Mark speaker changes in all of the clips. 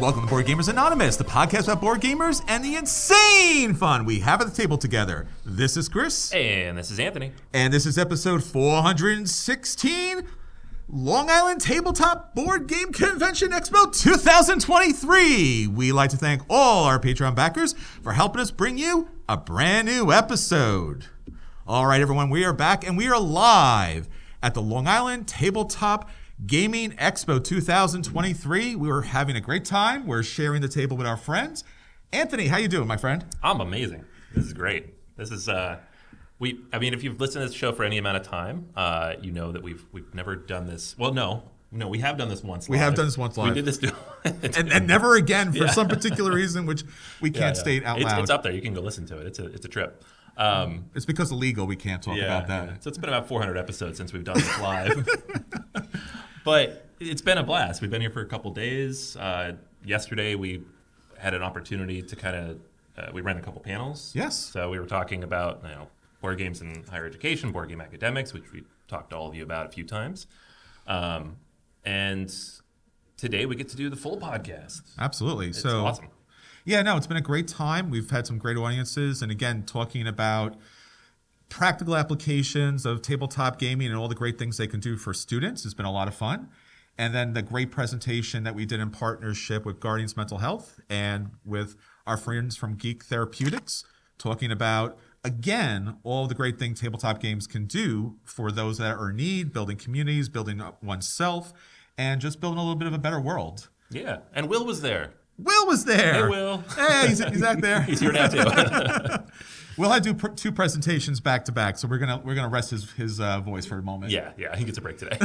Speaker 1: Welcome to Board Gamers Anonymous, the podcast about board gamers and the insane fun we have at the table together. This is Chris,
Speaker 2: And this is Anthony.
Speaker 1: and this is episode 416 Long Island Tabletop Board Game Convention Expo 2023. We like to thank all our Patreon backers for helping us bring you a brand new episode. All right, everyone, we are back and we are live at the Long Island Tabletop Gaming Expo 2023. We were having a great time. We're sharing the table with our friends. Anthony, how you doing, my friend?
Speaker 2: I'm amazing. This is great. This is uh we I mean if you've listened to this show for any amount of time, uh you know that we've we've never done this. Well, no. No, we have done this once.
Speaker 1: We have done this once
Speaker 2: We
Speaker 1: live.
Speaker 2: did this
Speaker 1: and, and never again for some particular reason, which we can't state out
Speaker 2: it's,
Speaker 1: loud.
Speaker 2: It's up there. You can go listen to it. It's a it's a trip. Um
Speaker 1: It's because of legal. We can't talk
Speaker 2: yeah,
Speaker 1: about that.
Speaker 2: yeah. So it's been about 400 episodes since we've done this live. but it's been a blast. We've been here for a couple days. Uh, yesterday we had an opportunity to kind of uh, we ran a couple panels.
Speaker 1: Yes.
Speaker 2: So we were talking about you know board games in higher education, board game academics, which we talked to all of you about a few times, um, and today we get to do the full podcast.
Speaker 1: Absolutely.
Speaker 2: It's
Speaker 1: so
Speaker 2: awesome.
Speaker 1: yeah, no, it's been a great time. We've had some great audiences, and again, talking about practical applications of tabletop gaming and all the great things they can do for students has been a lot of fun. And then the great presentation that we did in partnership with Guardians Mental Health and with our friends from Geek Therapeutics, talking about again all the great things tabletop games can do for those that are in need, building communities, building up oneself, and just building a little bit of a better world.
Speaker 2: Yeah, and Will was there.
Speaker 1: Will was there.
Speaker 2: Hey, Will.
Speaker 1: Hey, he's, he's out there.
Speaker 2: He's here now too.
Speaker 1: Will had to do pr- two presentations back to back, so we're gonna we're gonna rest his his uh, voice for a moment.
Speaker 2: yeah, yeah, he gets a break today.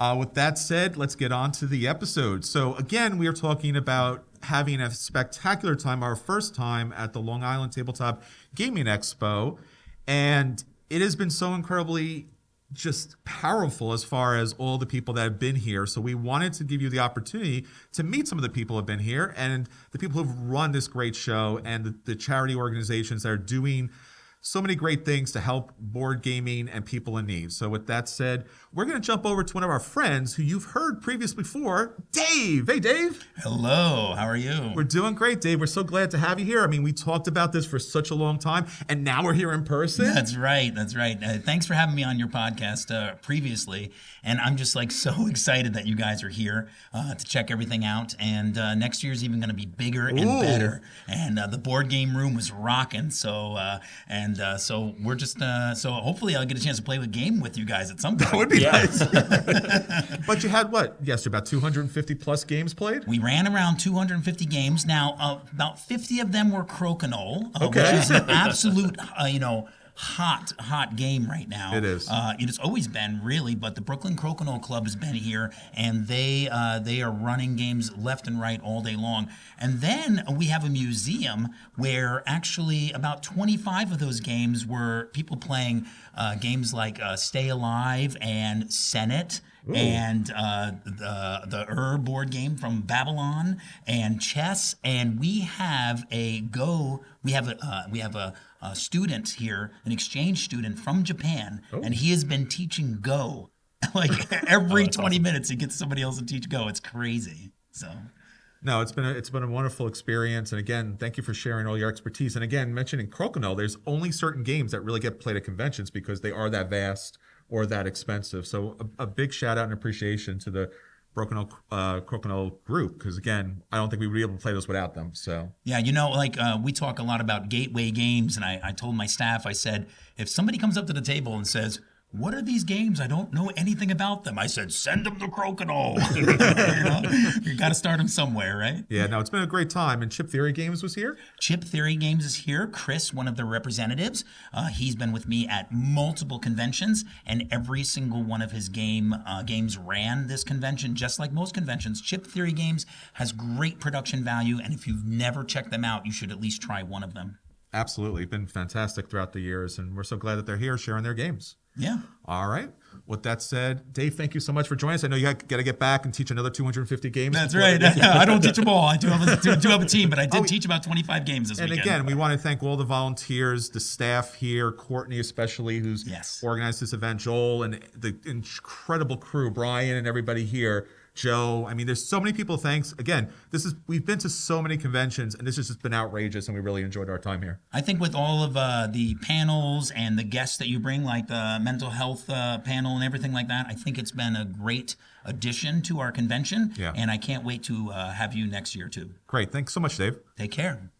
Speaker 1: Uh, with that said, let's get on to the episode. So again, we are talking about having a spectacular time, our first time at the Long Island Tabletop Gaming Expo, and it has been so incredibly just powerful as far as all the people that have been here. So we wanted to give you the opportunity to meet some of the people who have been here and the people who've run this great show and the, the charity organizations that are doing so many great things to help board gaming and people in need. So with that said, we're going to jump over to one of our friends who you've heard previous before, Dave. Hey, Dave.
Speaker 3: Hello, how are you?
Speaker 1: We're doing great, Dave. We're so glad to have you here. I mean, we talked about this for such a long time, and now we're here in person.
Speaker 3: that's right. That's right. Uh, thanks for having me on your podcast uh, previously, and I'm just like so excited that you guys are here uh, to check everything out. And uh, next year's even going to be bigger and
Speaker 1: Ooh.
Speaker 3: better. And uh, the board game room was rocking. So uh, and uh, so we're just uh, so hopefully I'll get a chance to play a game with you guys at some point.
Speaker 1: That would be
Speaker 2: Yeah.
Speaker 1: nice. but you had what yesterday? About 250 plus games played.
Speaker 3: We ran around 250 games. Now, uh, about 50 of them were Crokinole, uh,
Speaker 1: Okay.
Speaker 3: which is an absolute, uh, you know, hot, hot game right now.
Speaker 1: It is.
Speaker 3: Uh, it has always been really, but the Brooklyn Crokinole Club has been here, and they uh, they are running games left and right all day long. And then we have a museum where actually about 25 of those games were people playing uh, games like uh, Stay Alive and Senate and uh, the the Ur board game from Babylon and chess, and we have a go. We have a uh, we have a, a student here, an exchange student from Japan, and he has been teaching Go. Like every twenty minutes, he gets somebody else to teach Go. It's crazy. So
Speaker 1: No, it's been a, it's been a wonderful experience, and again, thank you for sharing all your expertise. And again, mentioning Crokinole, there's only certain games that really get played at conventions because they are that vast or that expensive. So a, a big shout out and appreciation to the Crokinole uh, Crokinole group because again, I don't think we would be able to play those without them. So
Speaker 3: yeah, you know, like uh, we talk a lot about gateway games, and I, I told my staff, I said, if somebody comes up to the table and says. What are these games? I don't know anything about them. I said, send them to Crokinole. you got to start them somewhere, right?
Speaker 1: yeah, no, it's been a great time. And Chip Theory Games was here.
Speaker 3: Chip Theory Games is here. Chris, one of the representatives, uh, he's been with me at multiple conventions, and every single one of his game uh, games ran this convention. Just like most conventions, Chip Theory Games has great production value, and if you've never checked them out, you should at least try one of them.
Speaker 1: Absolutely, been fantastic throughout the years, and we're so glad that they're here sharing their games.
Speaker 3: Yeah.
Speaker 1: All right. With that said, Dave, thank you so much for joining us. I know you got to get back and teach another 250 games.
Speaker 3: That's
Speaker 1: before-
Speaker 3: right. I don't teach them all. I do have a, do, do have a team, but I did teach about 25 games this
Speaker 1: Oh, And
Speaker 3: weekend.
Speaker 1: again, we want to thank all the volunteers, the staff here, Courtney especially, who's
Speaker 3: Yes.
Speaker 1: organized this event, Joel, and the incredible crew, Brian, and everybody here Joe. I mean, there's so many people. Thanks again. This is we've been to so many conventions, and this has just been outrageous, and we really enjoyed our time here.
Speaker 3: I think with all of uh, the panels and the guests that you bring, like the mental health uh, panel and everything like that, I think it's been a great addition to our convention.
Speaker 1: Yeah.
Speaker 3: And I can't wait to uh, have you next year too.
Speaker 1: Great. Thanks so much, Dave.
Speaker 3: Take care.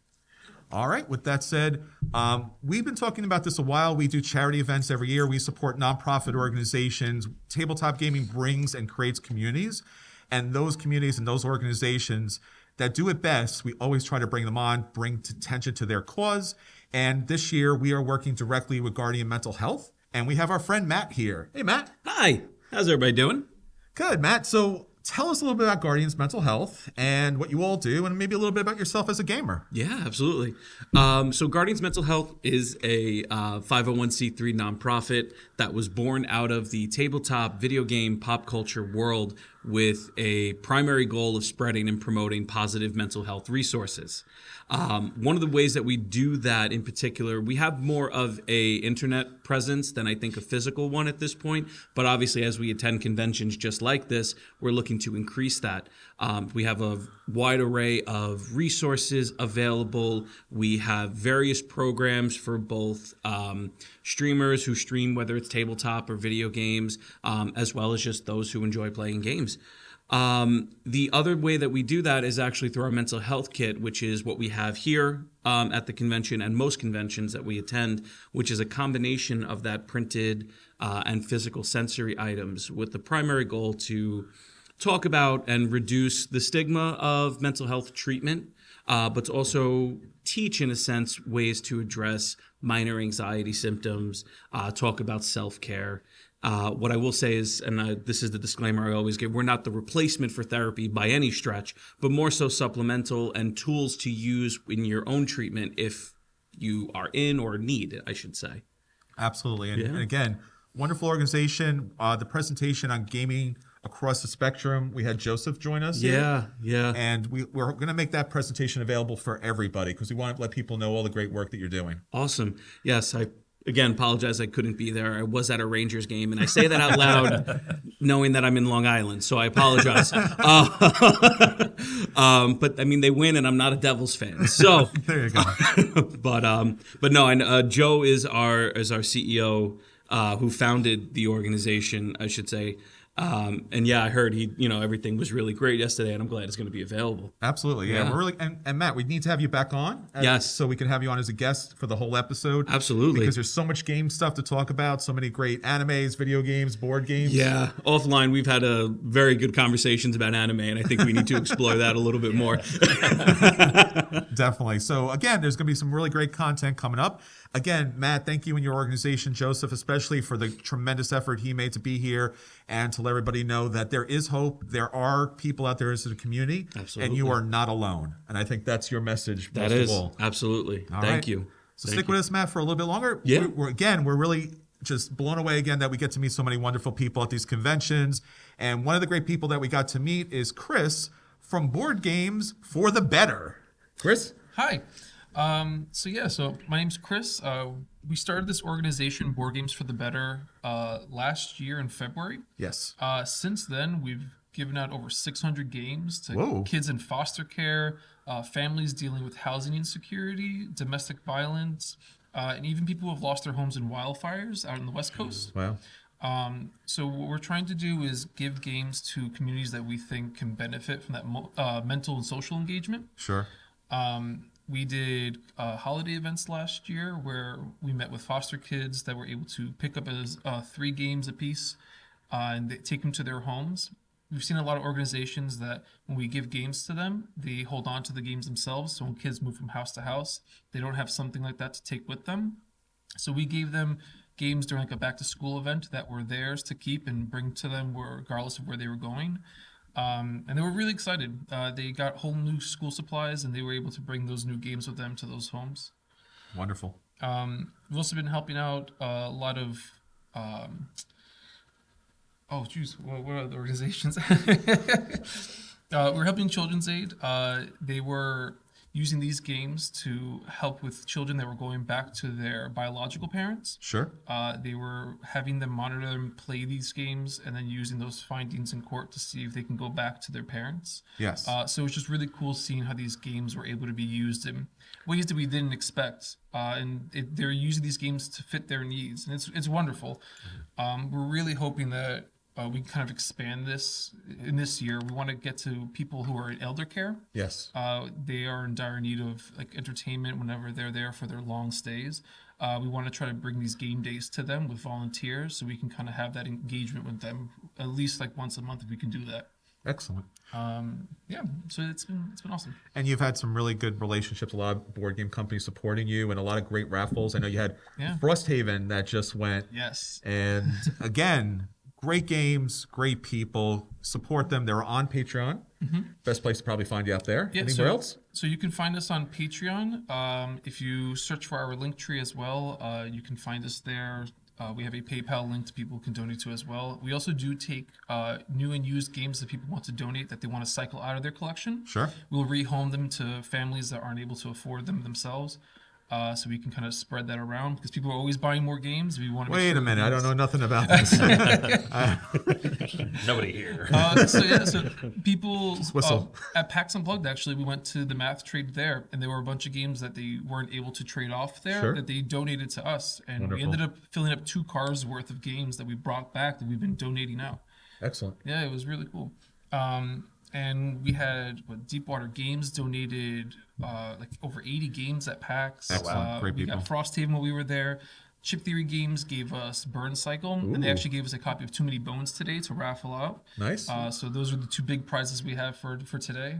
Speaker 1: All right. With that said, um, we've been talking about this a while. We do charity events every year. We support nonprofit organizations. Tabletop gaming brings and creates communities, and those communities and those organizations that do it best, we always try to bring them on, bring t- attention to their cause. And this year, we are working directly with Guardian Mental Health, and we have our friend Matt here. Hey, Matt.
Speaker 4: Hi, how's everybody doing?
Speaker 1: Good, Matt. So. Tell us a little bit about Guardian's mental health and what you all do, and maybe a little bit about yourself as a gamer.
Speaker 4: Yeah, absolutely. Um, so, Guardians Mental Health is a uh, 501c3 nonprofit that was born out of the tabletop video game pop culture world with a primary goal of spreading and promoting positive mental health resources. Um, one of the ways that we do that in particular, we have more of a internet presence than I think a physical one at this point. But obviously, as we attend conventions just like this, we're looking to increase that. Um, we have a wide array of resources available. We have various programs for both um, streamers who stream, whether it's tabletop or video games, um, as well as just those who enjoy playing games. Um, the other way that we do that is actually through our mental health kit, which is what we have here um, at the convention and most conventions that we attend, which is a combination of that printed uh, and physical sensory items with the primary goal to talk about and reduce the stigma of mental health treatment, uh, but to also teach, in a sense, ways to address minor anxiety symptoms, uh, talk about self care. Uh, what I will say is, and I, this is the disclaimer I always give, we're not the replacement for therapy by any stretch, but more so supplemental and tools to use in your own treatment if you are in or need, I should say.
Speaker 1: Absolutely. And, and again, wonderful organization. Uh, the presentation on gaming across the spectrum, we had Joseph join us. here.
Speaker 4: Yeah, yeah.
Speaker 1: And we, we're going to make that presentation available for everybody because we want to let people know all the great work that you're doing.
Speaker 4: Awesome. Yes, I again apologize I couldn't be there. I was at a Rangers game, and I say that out loud, knowing that I'm in Long Island. So I apologize. Uh, um, but I mean, they win, and I'm not a Devils fan. So,
Speaker 1: There you go.
Speaker 4: but um, but no, and uh, Joe is our is our CEO uh, who founded the organization, I should say. Um, and yeah, I heard he, you know, everything was really great yesterday, and I'm glad it's going to be available.
Speaker 1: Absolutely. Yeah.
Speaker 4: Yeah.
Speaker 1: We're really, and, and Matt, we need to have you back on. uh,
Speaker 4: Yes.
Speaker 1: So we can have you on as a guest for the whole episode.
Speaker 4: Absolutely.
Speaker 1: Because there's so much game stuff to talk about, so many great animes, video games, board games.
Speaker 4: Yeah, offline we've had a very good conversations about anime, and I think we need to explore that a little bit more.
Speaker 1: Definitely. So again, there's going to be some really great content coming up. Again, Matt, thank you and your organization, Joseph, especially for the tremendous effort he made to be here and to let everybody know that there is hope. There are people out there as a community, and
Speaker 4: Absolutely.
Speaker 1: you are not alone. And I think that's your message.
Speaker 4: That
Speaker 1: most
Speaker 4: is
Speaker 1: of all.
Speaker 4: absolutely.
Speaker 1: All
Speaker 4: Thank
Speaker 1: right?
Speaker 4: you.
Speaker 1: So
Speaker 4: Thank
Speaker 1: stick
Speaker 4: you.
Speaker 1: with us, Matt, for a little bit longer.
Speaker 4: Yeah.
Speaker 1: We're, we're- again, we're really just blown away again that we get to meet so many wonderful people at these conventions. And one of the great people that we got to meet is Chris from Board Games for the Better. Chris.
Speaker 5: Hi. Um, so yeah, so my name's Chris. Uh, we started this organization, Board Games for the Better, uh, last year in February.
Speaker 1: Yes.
Speaker 5: Uh, since then, we've given out over 600 games to
Speaker 1: Whoa.
Speaker 5: kids in foster care, uh, families dealing with housing insecurity, domestic violence, uh, and even people who have lost their homes in wildfires out on the West Coast.
Speaker 1: Wow.
Speaker 5: Um, so what we're trying to do is give games to communities that we think can benefit from that mo- uh, mental and social engagement.
Speaker 1: Sure.
Speaker 5: Um, we did uh, holiday events last year where we met with foster kids that were able to pick up as uh, three games apiece uh, and they take them to their homes. We've seen a lot of organizations that when we give games to them, they hold on to the games themselves. So when kids move from house to house, they don't have something like that to take with them. So we gave them games during like a back to school event that were theirs to keep and bring to them where, regardless of where they were going. Um, and they were really excited. Uh, they got whole new school supplies and they were able to bring those new games with them to those homes.
Speaker 1: Wonderful.
Speaker 5: Um, we've also been helping out uh, a lot of. Um, oh, geez, what, what are the organizations? uh, we're helping Children's Aid. Uh, they were using these games to help with children that were going back to their biological parents.
Speaker 1: Sure.
Speaker 5: Uh, they were having them monitor them play these games and then using those findings in court to see if they can go back to their parents.
Speaker 1: Yes.
Speaker 5: Uh, so it's just really cool seeing how these games were able to be used in ways that we didn't expect. Uh, and it, they're using these games to fit their needs, and it's it's wonderful. Um, we're really hoping that uh, we kind of expand this in this year. We want to get to people who are in elder care.
Speaker 1: yes.
Speaker 5: Uh, they are in dire need of like entertainment whenever they're there for their long stays. Uh, we want to try to bring these game days to them with volunteers, so we can kind of have that engagement with them at least like once a month if we can do that.
Speaker 1: Excellent.
Speaker 5: Yeah, so it's been it's been awesome.
Speaker 1: And you've had some really good relationships, a lot of board game companies supporting you, and a lot of great raffles. I know you had
Speaker 5: Yeah.
Speaker 1: Frosthaven that just went.
Speaker 5: Yes,
Speaker 1: And again, great games, great people. Support them. They're on Patreon.
Speaker 5: Mm-hmm.
Speaker 1: Best place to probably find you out there.
Speaker 5: Yeah,
Speaker 1: Anywhere
Speaker 5: so,
Speaker 1: else?
Speaker 5: So you can find us on Patreon. Um, if you search for our link tree as well, uh, you can find us there. Uh, we have a PayPal link that people can donate to as well. We also do take uh, new and used games that people want to donate that they want to cycle out of their collection.
Speaker 1: Sure.
Speaker 5: We'll rehome them to families that aren't able to afford them themselves. Uh, so we can kind of spread that around because people are always buying more games. We want to make
Speaker 1: Wait
Speaker 5: sure
Speaker 1: a minute. I
Speaker 5: that-
Speaker 1: don't know nothing about this.
Speaker 2: Nobody here.
Speaker 5: Uh, so yeah, so people
Speaker 1: whistle.
Speaker 5: uh, at PAX Unplugged actually, we went to the math trade there, and there were a bunch of games that they weren't able to trade off there
Speaker 1: Sure.
Speaker 5: that they donated to us, and we
Speaker 1: Wonderful.
Speaker 5: ended up filling up two cars worth of games that we brought back that we've been donating out.
Speaker 1: Excellent.
Speaker 5: Yeah, it was really cool. Um, and we had what, Deepwater Games donated uh, like over 80 games at PAX.
Speaker 1: Excellent.
Speaker 5: Uh,
Speaker 1: Great
Speaker 5: we
Speaker 1: people.
Speaker 5: got Frosthaven when we were there. Chip Theory Games gave us Burn Cycle, and they
Speaker 1: Ooh.
Speaker 5: actually gave us a copy of Too Many Bones today to raffle out.
Speaker 1: Nice.
Speaker 5: Uh, so those are the two big prizes we have for for today.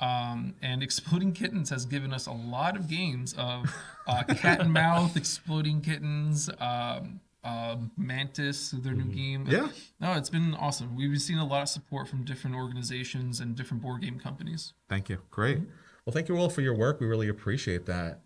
Speaker 5: Um, and Exploding Kittens has given us a lot of games of uh, cat and mouth, Exploding Kittens, um, uh, Mantis, their new game.
Speaker 1: Yeah.
Speaker 5: No, it's been awesome. We've been seeing a lot of support from different organizations and different board game companies.
Speaker 1: Thank you. Great. Mm-hmm. Well, thank you all for your work. We really appreciate that.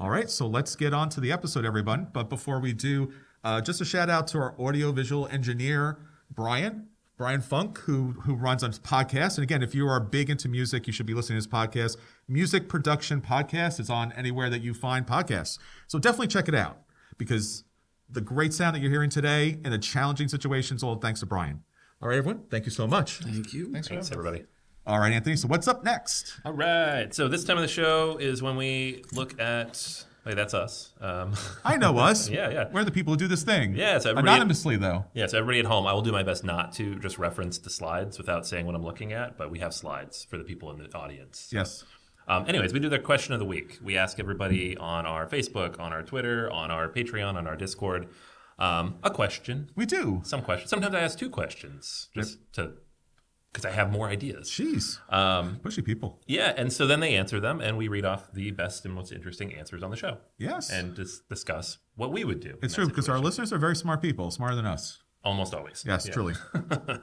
Speaker 1: All right, so let's get on to the episode, everyone. But before we do, uh, just a shout out to our audiovisual engineer, Brian. Brian Funk, who who runs on his podcast, and again, if you are big into music, you should be listening to his podcast, Music Production Podcast. It's on anywhere that you find podcasts, so definitely check it out because the great sound that you're hearing today and the challenging situations, all thanks to Brian. All right, everyone, thank you so much.
Speaker 4: Thank you.
Speaker 2: Thanks, everybody.
Speaker 1: All right, Anthony. So what's up next?
Speaker 2: All right. So this time of the show is when we look at. Wait, that's us. Um,
Speaker 1: I know us.
Speaker 2: Yeah, yeah.
Speaker 1: We're the people who do this thing.
Speaker 2: Yeah, so everybody-
Speaker 1: anonymously though.
Speaker 2: yeah. So everybody at home, I will do my best not to just reference the slides without saying what I'm looking at, but we have slides for the people in the audience.
Speaker 1: Yes.
Speaker 2: Um, anyways, we do the question of the week. We ask everybody on our Facebook, on our Twitter, on our Patreon, on our Discord, um, a question.
Speaker 1: We do.
Speaker 2: Some questions. Sometimes I ask two questions just to because I have more ideas.
Speaker 1: Jeez.
Speaker 2: Um,
Speaker 1: Pushy people.
Speaker 2: yeah, and so then they answer them, and we read off the best and most interesting answers on the show.
Speaker 1: Yes.
Speaker 2: and dis- discuss what we would do. in
Speaker 1: it's
Speaker 2: that
Speaker 1: true because our
Speaker 2: situation.
Speaker 1: listeners are very smart people, smarter than us.
Speaker 2: almost always.
Speaker 1: Yes,
Speaker 2: Yeah.
Speaker 1: truly.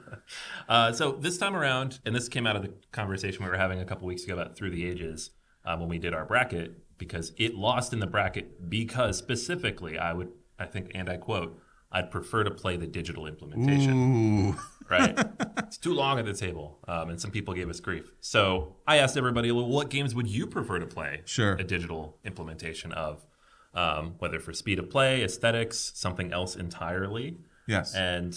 Speaker 2: Uh, so this time around, and this came out of the conversation we were having a couple weeks ago about through the ages uh, when we did our bracket, because it lost in the bracket because specifically, I would, I think, and I quote, I'd prefer to play the digital implementation.
Speaker 1: Ooh.
Speaker 2: Right? it's too long at the table, um, and some people gave us grief. So I asked everybody, well, what games would you prefer to play?
Speaker 1: Sure.
Speaker 2: A digital implementation of. Um, whether for speed of play, aesthetics, something else entirely.
Speaker 1: Yes.
Speaker 2: And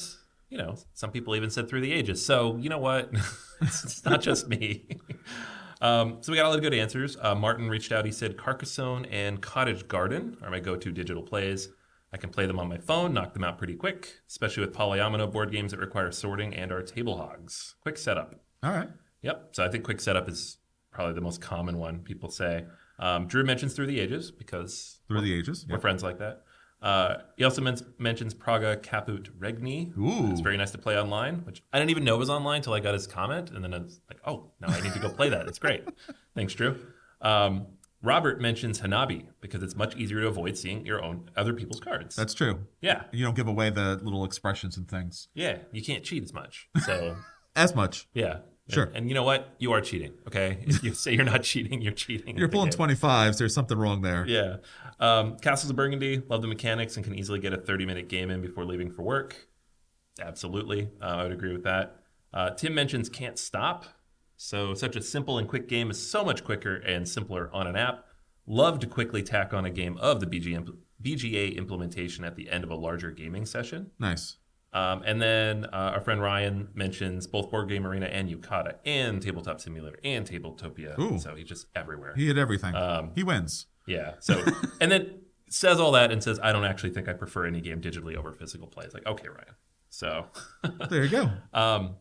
Speaker 2: you know, some people even said through the ages. So you know what? it's not just me. um, so we got a lot of good answers. Uh, Martin reached out. He said Carcassonne and Cottage Garden are my go-to digital plays. I can play them on my phone, knock them out pretty quick, especially with polyomino board games that require sorting and are table hogs. Quick setup.
Speaker 1: All right.
Speaker 2: Yep. So I think quick setup is probably the most common one people say. Um, Drew mentions through the ages because
Speaker 1: Through the ages.
Speaker 2: we're
Speaker 1: Yep.
Speaker 2: friends like that. Uh, he also men- mentions Praga Kaput Regni.
Speaker 1: Ooh.
Speaker 2: It's very nice to play online, which I didn't even know was online until I got his comment. And then I was like, oh, now I need to go play that. It's great. Thanks, Drew. Um, Robert mentions Hanabi because it's much easier to avoid seeing your own other people's cards.
Speaker 1: That's true.
Speaker 2: yeah.
Speaker 1: You don't give away the little expressions and things
Speaker 2: Yeah. You can't cheat as much. So,
Speaker 1: as much.
Speaker 2: yeah.
Speaker 1: Sure.
Speaker 2: And, and you know what? You are cheating. Okay. If you say you're not cheating, you're cheating. at
Speaker 1: You're
Speaker 2: the
Speaker 1: pulling
Speaker 2: game.
Speaker 1: 25s. There's something wrong there.
Speaker 2: Yeah. Um, Castles of Burgundy, love the mechanics and can easily get a 30 minute game in before leaving for work. Absolutely. Uh, I would agree with that. Uh, Tim mentions Can't Stop. So, such a simple and quick game is so much quicker and simpler on an app. Love to quickly tack on a game of the BGM, BGA implementation at the end of a larger gaming session.
Speaker 1: Nice.
Speaker 2: Um, and then uh, our friend Ryan mentions both Board Game Arena and Yukata and Tabletop Simulator and Tabletopia.
Speaker 1: Ooh.
Speaker 2: So he's just everywhere.
Speaker 1: He hit everything.
Speaker 2: Um,
Speaker 1: he wins.
Speaker 2: Yeah. So and then says all that and says, I don't actually think I prefer any game digitally over physical play. It's like, okay, Ryan. So
Speaker 1: There you go.
Speaker 2: um,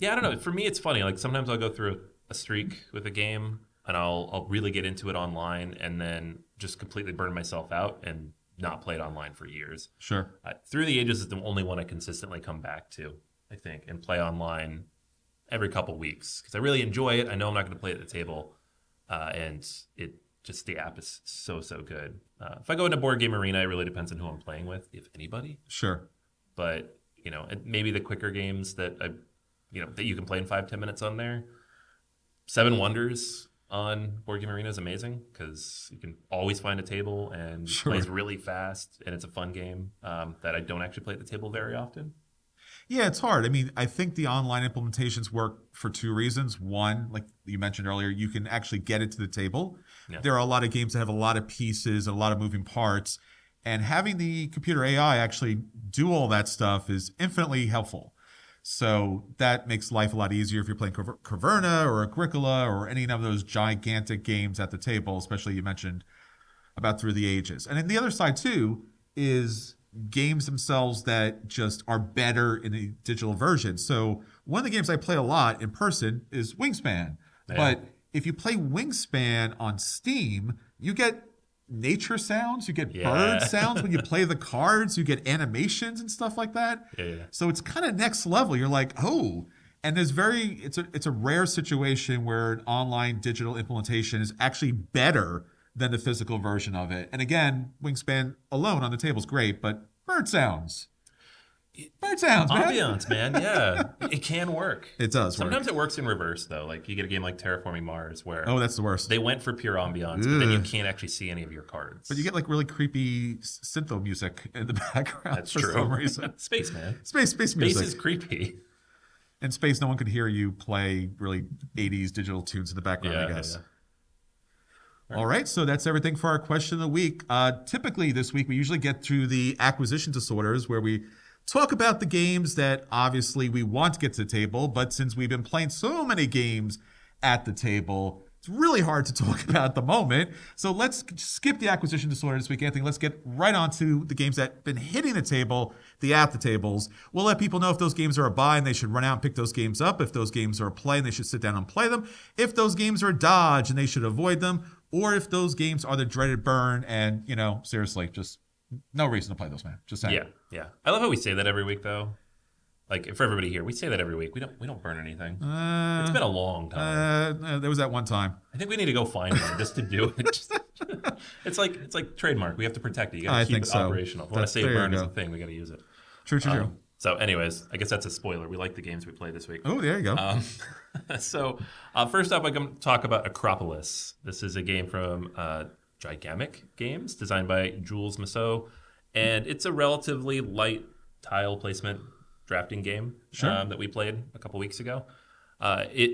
Speaker 2: yeah, I don't know. For me, it's funny. Like sometimes I'll go through a streak with a game and I'll I'll really get into it online and then just completely burn myself out and not play it online for years.
Speaker 1: Sure.
Speaker 2: Uh, Through the Ages is the only one I consistently come back to, I think, and play online every couple weeks because I really enjoy it. I know I'm not going to play at the table, uh, and it just the app is so so good. Uh, if I go into board game arena, it really depends on who I'm playing with, if anybody.
Speaker 1: Sure.
Speaker 2: But you know, and maybe the quicker games that I, you know, that you can play in five ten minutes on there. Seven Wonders on board game arena is amazing because you can always find a table and it
Speaker 1: Sure.
Speaker 2: plays really fast and it's a fun game um, that I don't actually play at the table very often.
Speaker 1: Yeah, it's hard. I mean, I think the online implementations work for two reasons. One, like you mentioned earlier, you can actually get it to the table.
Speaker 2: Yeah.
Speaker 1: There are a lot of games that have a lot of pieces and a lot of moving parts, and having the computer AI actually do all that stuff is infinitely helpful. So that makes life a lot easier if you're playing Caver- Caverna or Agricola or any of those gigantic games at the table, especially you mentioned about through the ages. And then the other side too is games themselves that just are better in the digital version. So one of the games I play a lot in person is Wingspan.
Speaker 2: Yeah.
Speaker 1: But if you play Wingspan on Steam, you get nature sounds, you get
Speaker 2: Yeah.
Speaker 1: bird sounds when you play the cards, you get animations and stuff like that.
Speaker 2: Yeah, yeah.
Speaker 1: So it's kind of next level. You're like, oh, and there's very it's a it's a rare situation where an online digital implementation is actually better than the physical version of it. And again, Wingspan alone on the table is great, but bird sounds, bird sounds, man.
Speaker 2: ambiance, man. Yeah, it can work.
Speaker 1: It does work.
Speaker 2: Sometimes it works in reverse though. Like you get a game like Terraforming Mars where
Speaker 1: Oh, that's the worst.
Speaker 2: they went for pure ambiance, but then you
Speaker 1: Ugh.
Speaker 2: can't actually see any of your cards.
Speaker 1: but you get like really creepy s- syntho music in the background
Speaker 2: that's
Speaker 1: for
Speaker 2: true.
Speaker 1: some reason.
Speaker 2: Space man.
Speaker 1: Space, space
Speaker 2: Space
Speaker 1: music.
Speaker 2: is creepy.
Speaker 1: In space, no one could hear you play really 80s digital tunes in the background, I
Speaker 2: Yeah,
Speaker 1: guess.
Speaker 2: yeah.
Speaker 1: All right, so that's everything for our question of the week. Uh, typically, this week we usually get to the acquisition disorders where we talk about the games that obviously we want to get to the table, but since we've been playing so many games at the table, it's really hard to talk about at the moment. So let's skip the acquisition disorder this week, Anthony. Let's get right on to the games that have been hitting the table, the at the tables. We'll let people know if those games are a buy and they should run out and pick those games up. If those games are a play and they should sit down and play them. If those games are a dodge and they should avoid them or if those games are the dreaded burn and you know seriously just no reason to play those man just saying.
Speaker 2: Yeah, yeah. I love how we say that every week, though. Like for everybody here, we say that every week. We don't we don't burn anything.
Speaker 1: uh,
Speaker 2: it's been a long time.
Speaker 1: uh, there was that one time
Speaker 2: I think we need to go find one just to do it. Just- it's like it's like trademark. We have to protect it. You got
Speaker 1: I
Speaker 2: to keep
Speaker 1: think
Speaker 2: it
Speaker 1: so.
Speaker 2: operational. If we want
Speaker 1: That's-
Speaker 2: to say
Speaker 1: there you
Speaker 2: burn is
Speaker 1: go.
Speaker 2: a thing, we got to use it.
Speaker 1: true true true
Speaker 2: So, anyways, I guess that's a spoiler. We like the games we play this week.
Speaker 1: oh there you go
Speaker 2: Um, so, uh, first up, I'm going to talk about Acropolis. This is a game from uh, Gigamic Games, designed by Jules Masseau, and it's a relatively light tile placement drafting game
Speaker 1: Sure.
Speaker 2: um, that we played a couple weeks ago. Uh, it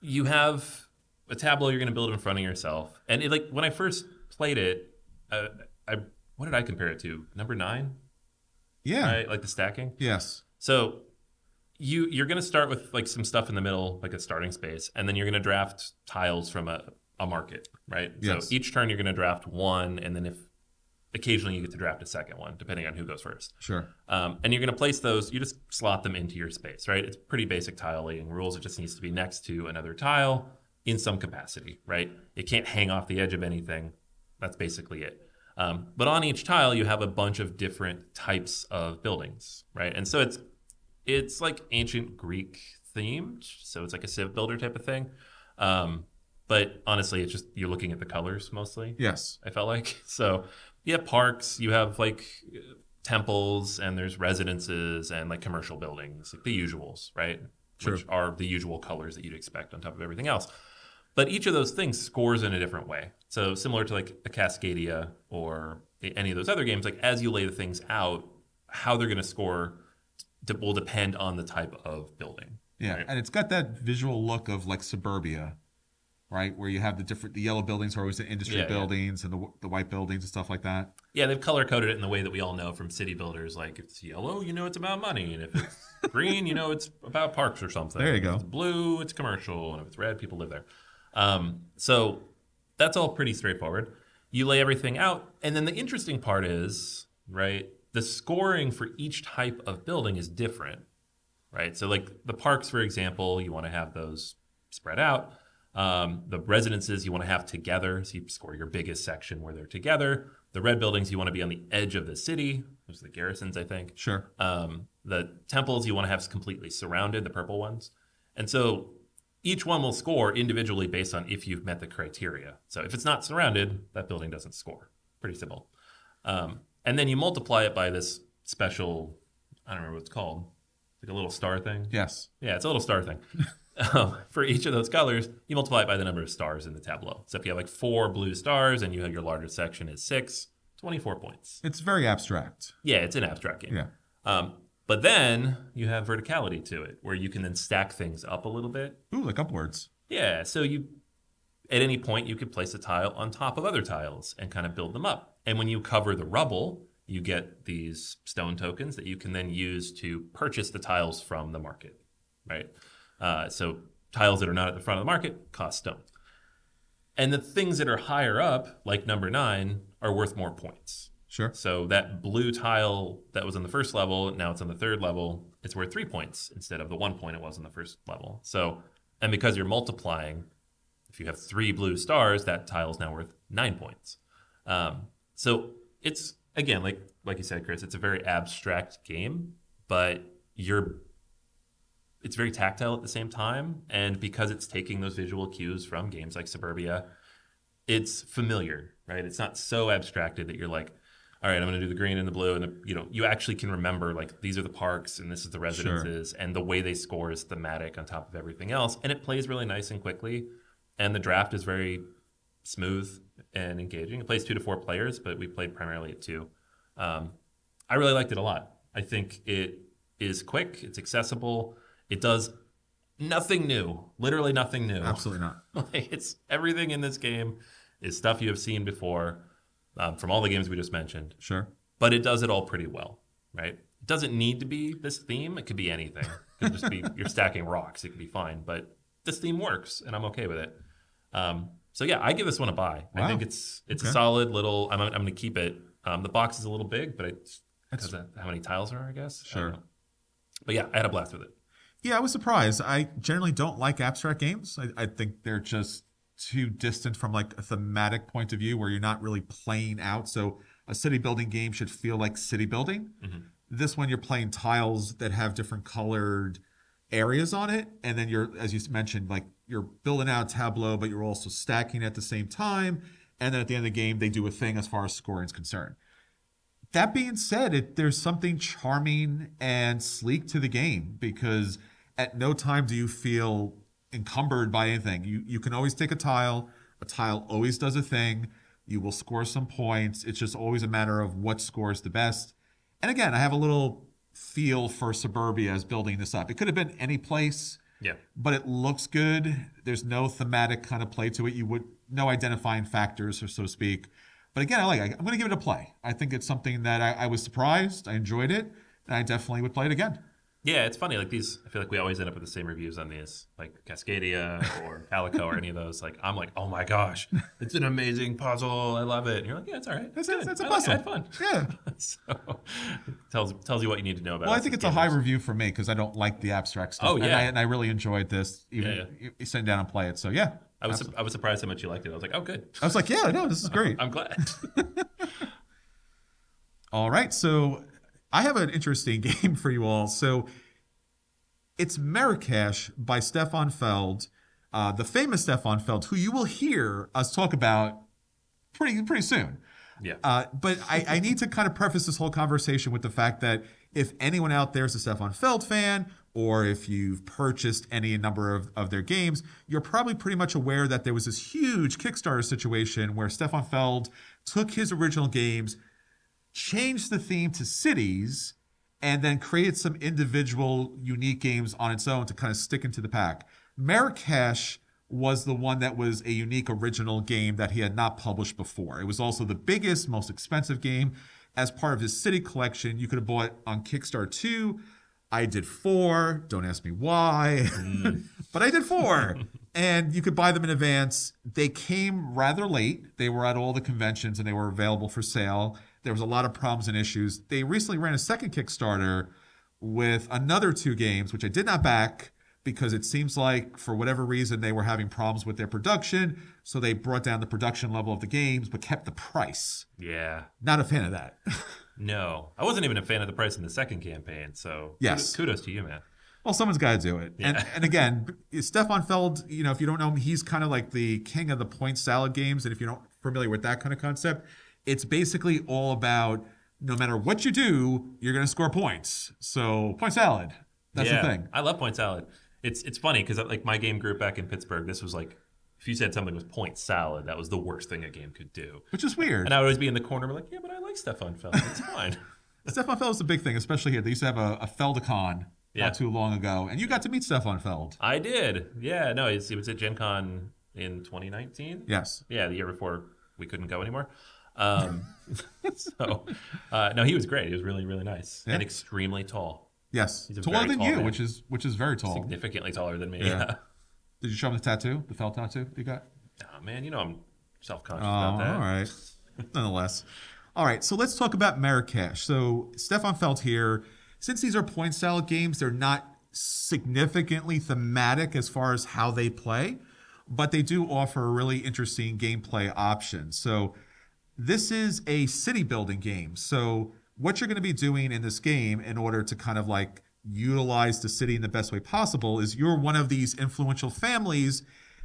Speaker 2: you have a tableau you're going to build in front of yourself, and it like when I first played it, uh, I what did I compare it to? Number nine,
Speaker 1: yeah
Speaker 2: right? Like the stacking.
Speaker 1: yes
Speaker 2: So you you're going to start with like some stuff in the middle, like a starting space, and then you're going to draft tiles from a, a market, right?
Speaker 1: Yes.
Speaker 2: So each turn you're going to draft one, and then if occasionally you get to draft a second one, depending on who goes first.
Speaker 1: sure
Speaker 2: Um, and you're going to place those. You just slot them into your space, right? It's pretty basic tile laying rules. It just needs to be next to another tile in some capacity, right? It can't hang off the edge of anything. That's basically it. Um, but on each tile, you have a bunch of different types of buildings, right? And so it's it's like ancient Greek themed, so it's like a civ builder type of thing. Um, but honestly, it's just you're looking at the colors mostly.
Speaker 1: yes
Speaker 2: I felt like. So you have parks, you have like temples, and there's residences and like commercial buildings, like the usuals, right? Which are the usual colors that you'd expect on top of everything else. But each of those things scores in a different way. So similar to like a Cascadia or a- any of those other games, like as you lay the things out, how they're going to score d- will depend on the type of building.
Speaker 1: Yeah,
Speaker 2: Right.
Speaker 1: and it's got that visual look of like suburbia, right? Where you have the different, the yellow buildings are always the industry
Speaker 2: Yeah, yeah.
Speaker 1: buildings and the the white buildings and stuff like that.
Speaker 2: Yeah, they've color coded it in the way that we all know from city builders. Like if it's yellow, you know it's about money, and if it's green, you know it's about parks or something.
Speaker 1: There you
Speaker 2: If
Speaker 1: go.
Speaker 2: it's blue, it's commercial, and if it's red, people live there. Um, so that's all pretty straightforward. You lay everything out, and then the interesting part is right. The scoring for each type of building is different, right? So like the parks, for example, you want to have those spread out. Um, the residences you want to have together, so you score your biggest section where they're together. The red buildings you want to be on the edge of the city, which is the garrisons, I think.
Speaker 1: Sure.
Speaker 2: Um, the temples you want to have completely surrounded, the purple ones. And so each one will score individually based on if you've met the criteria. So if it's not surrounded, that building doesn't score. Pretty simple. Um, and then you multiply it by this special, I don't remember what it's called, like a little star thing.
Speaker 1: Yes.
Speaker 2: Yeah, it's a little star thing. Um, for each of those colors, you multiply it by the number of stars in the tableau. So if you have like four blue stars and you have your largest section is six, 24 points.
Speaker 1: It's very abstract.
Speaker 2: Yeah, it's an abstract game.
Speaker 1: Yeah.
Speaker 2: Um, but then you have verticality to it where you can then stack things up a little bit.
Speaker 1: Ooh, like upwards.
Speaker 2: Yeah, so you at any point you could place a tile on top of other tiles and kind of build them up. And when you cover the rubble, you get these stone tokens that you can then use to purchase the tiles from the market, right? Uh, so tiles that are not at the front of the market cost stone. And the things that are higher up, like number nine, are worth more points.
Speaker 1: Sure.
Speaker 2: So that blue tile that was on the first level, now it's on the third level. It's worth three points instead of the one point it was on the first level. So, and because you're multiplying, if you have three blue stars, that tile's now worth nine points. Um, so it's again like like you said, Chris, it's a very abstract game, but you're it's very tactile at the same time, and because it's taking those visual cues from games like Suburbia, it's familiar, right? It's not so abstracted that you're like, all right, I'm going to do the green and the blue, and the, you know, you actually can remember like these are the parks and this is the residences, and the way they score is thematic on top of everything else, and it plays really nice and quickly, and the draft is very smooth and engaging. It plays two to four players, but we played primarily at two. Um, I really liked it a lot. I think it is quick, it's accessible, it does nothing new, literally nothing new.
Speaker 1: Absolutely not.
Speaker 2: Like, it's everything in this game is stuff you have seen before um, from all the games we just mentioned,
Speaker 1: Sure.
Speaker 2: but it does it all pretty well, right? It doesn't need to be this theme. It could be anything. It could just be you're stacking rocks. It could be fine, but this theme works, and I'm okay with it. Um, so yeah, I give this one a buy.
Speaker 1: Wow.
Speaker 2: I think it's it's
Speaker 1: Okay.
Speaker 2: a solid little. I'm I'm going to keep it. Um, the box is a little big, but it's
Speaker 1: That's-
Speaker 2: because of how many tiles there are, I guess. I don't
Speaker 1: Sure.
Speaker 2: know. But yeah, I had a blast with it.
Speaker 1: Yeah, I was surprised. I generally don't like abstract games. I, I think they're just too distant from like a thematic point of view where you're not really playing out. So a city building game should feel like city building. This one you're playing tiles that have different colored areas on it, and then you're, as you mentioned, like you're building out a tableau, but you're also stacking at the same time. And then at the end of the game, they do a thing as far as scoring is concerned. That being said, it, there's something charming and sleek to the game because at no time do you feel encumbered by anything. You you can always take a tile. A tile always does a thing. You will score some points. It's just always a matter of what scores the best. And again, I have a little feel for suburbia as building this up. It could have been any place
Speaker 2: Yeah.
Speaker 1: but it looks good. There's no thematic kind of play to it. You would no identifying factors, or so to speak. But again, I like. It. I'm going to give it a play. I think it's something that I, I was surprised. I enjoyed it, and I definitely would play it again.
Speaker 2: Yeah, it's funny. Like these, I feel like we always end up with the same reviews on these, like Cascadia or Calico or any of those. Like I'm like, oh my gosh, it's an amazing puzzle. I love it. And you're like, yeah, it's all right. It's
Speaker 1: That's,
Speaker 2: good.
Speaker 1: that's a
Speaker 2: I like it.
Speaker 1: puzzle.
Speaker 2: I had fun.
Speaker 1: Yeah.
Speaker 2: so tells tells you what you need to know about.
Speaker 1: Well, I
Speaker 2: us
Speaker 1: think
Speaker 2: as
Speaker 1: it's a high
Speaker 2: gamers.
Speaker 1: review for me because I don't like the abstract stuff.
Speaker 2: Oh,
Speaker 1: And
Speaker 2: yeah.
Speaker 1: I, and I really enjoyed this. Even
Speaker 2: Yeah,
Speaker 1: y- y- sitting down and play it. So yeah.
Speaker 2: I was su- I was surprised how much you liked it. I was like, oh, good.
Speaker 1: I was like, yeah, no, this is great.
Speaker 2: I'm glad.
Speaker 1: All right. So I have an interesting game for you all. So it's Marrakesh by Stefan Feld, uh, the famous Stefan Feld, who you will hear us talk about pretty pretty soon.
Speaker 2: yeah.
Speaker 1: Uh, but I, I need to kind of preface this whole conversation with the fact that if anyone out there is a Stefan Feld fan, or if you've purchased any number of, of their games, you're probably pretty much aware that there was this huge Kickstarter situation where Stefan Feld took his original games, changed the theme to cities, and then created some individual unique games on its own to kind of stick into the pack. Marrakesh was the one that was a unique original game that he had not published before. It was also the biggest, most expensive game as part of his city collection. You could have bought on Kickstarter 2. I did 4. Don't ask me why. but I did 4. and you could buy them in advance. They came rather late. They were at all the conventions and they were available for sale. There was a lot of problems and issues. They recently ran a second Kickstarter with another two games, which I did not back because it seems like for whatever reason they were having problems with their production. So they brought down the production level of the games but kept the price.
Speaker 2: Yeah.
Speaker 1: Not a fan of that.
Speaker 2: No, I wasn't even a fan of the price in the second campaign. So
Speaker 1: Yes.
Speaker 2: kudos, kudos to you, man.
Speaker 1: Well, someone's got to do it. And, and again, Stefan Feld, you know, if you don't know him, he's kind of like the king of the point salad games. And if you're not familiar with that kind of concept, it's basically all about no matter what you do, you're going to score points. So point salad, that's
Speaker 2: yeah.
Speaker 1: the thing.
Speaker 2: I love point salad. It's it's funny because like my game group back in Pittsburgh, this was like if you said something was point salad, that was the worst thing a game could do.
Speaker 1: Which is weird.
Speaker 2: And I would always be in the corner, be like, yeah, but I like Stefan Feld. It's fine.
Speaker 1: Stefan Feld is a big thing, especially here. They used to have a, a Feldicon
Speaker 2: Yeah.
Speaker 1: not too long ago. And you got to meet Stefan Feld.
Speaker 2: I did. Yeah. No, it's, it was at Gen Con in 2019.
Speaker 1: Yes.
Speaker 2: Yeah, the year before we couldn't go anymore. Um, so, uh, no, he was great. He was really, really nice
Speaker 1: Yeah.
Speaker 2: and extremely tall,
Speaker 1: Yes.
Speaker 2: He's a
Speaker 1: Taller
Speaker 2: very
Speaker 1: than
Speaker 2: tall
Speaker 1: you,
Speaker 2: man.
Speaker 1: which is which is very tall.
Speaker 2: significantly taller than me.
Speaker 1: Yeah. Did
Speaker 2: Yeah.
Speaker 1: you show him the tattoo, the Feld tattoo you got?
Speaker 2: Oh, man, you know I'm self-conscious
Speaker 1: Oh,
Speaker 2: about that.
Speaker 1: all right. Nonetheless. All right, so let's talk about Marrakesh. So Stefan Feld here, since these are point salad games, they're not significantly thematic as far as how they play, but they do offer a really interesting gameplay option. So this is a city building game. So what you're going to be doing in this game in order to kind of like utilize the city in the best way possible is you're one of these influential families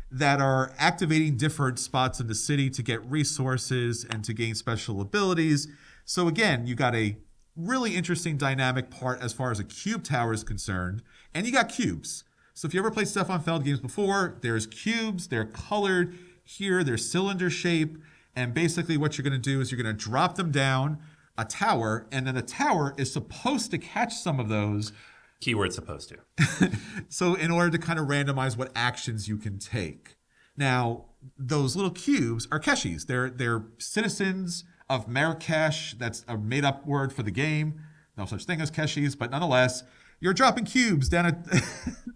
Speaker 1: that are activating different spots in the city to get resources and to gain special abilities. So again, you got a really interesting dynamic part as far as a cube tower is concerned, and you got cubes. So if you ever played Stefan Feld games before, there's cubes, they're colored here, they're cylinder shape, and basically what you're going to do is you're going to drop them down a tower, and then the tower is supposed to catch some of those.
Speaker 2: Keyword supposed to.
Speaker 1: So in order to kind of randomize what actions you can take. Now, those little cubes are Keshis. They're they're citizens of Marrakesh. That's a made-up word for the game. No such thing as Keshis, but nonetheless, you're dropping cubes down a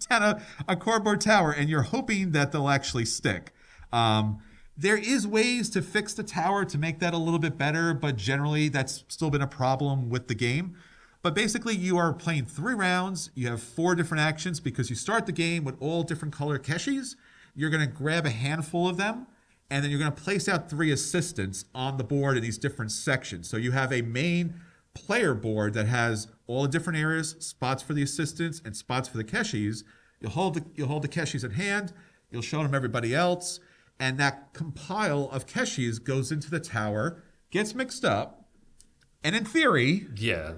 Speaker 1: down a, a cardboard tower, and you're hoping that they'll actually stick. Um, there is ways to fix the tower to make that a little bit better, but generally that's still been a problem with the game. But basically, you are playing three rounds. You have four different actions because you start the game with all different color keshis. You're going to grab a handful of them, and then you're going to place out three assistants on the board in these different sections. So you have a main player board that has all the different areas, spots for the assistants, and spots for the keshis. You'll hold the you'll hold the keshis at hand. You'll show them everybody else, and that compile of keshis goes into the tower, gets mixed up, and in theory,
Speaker 2: Yeah.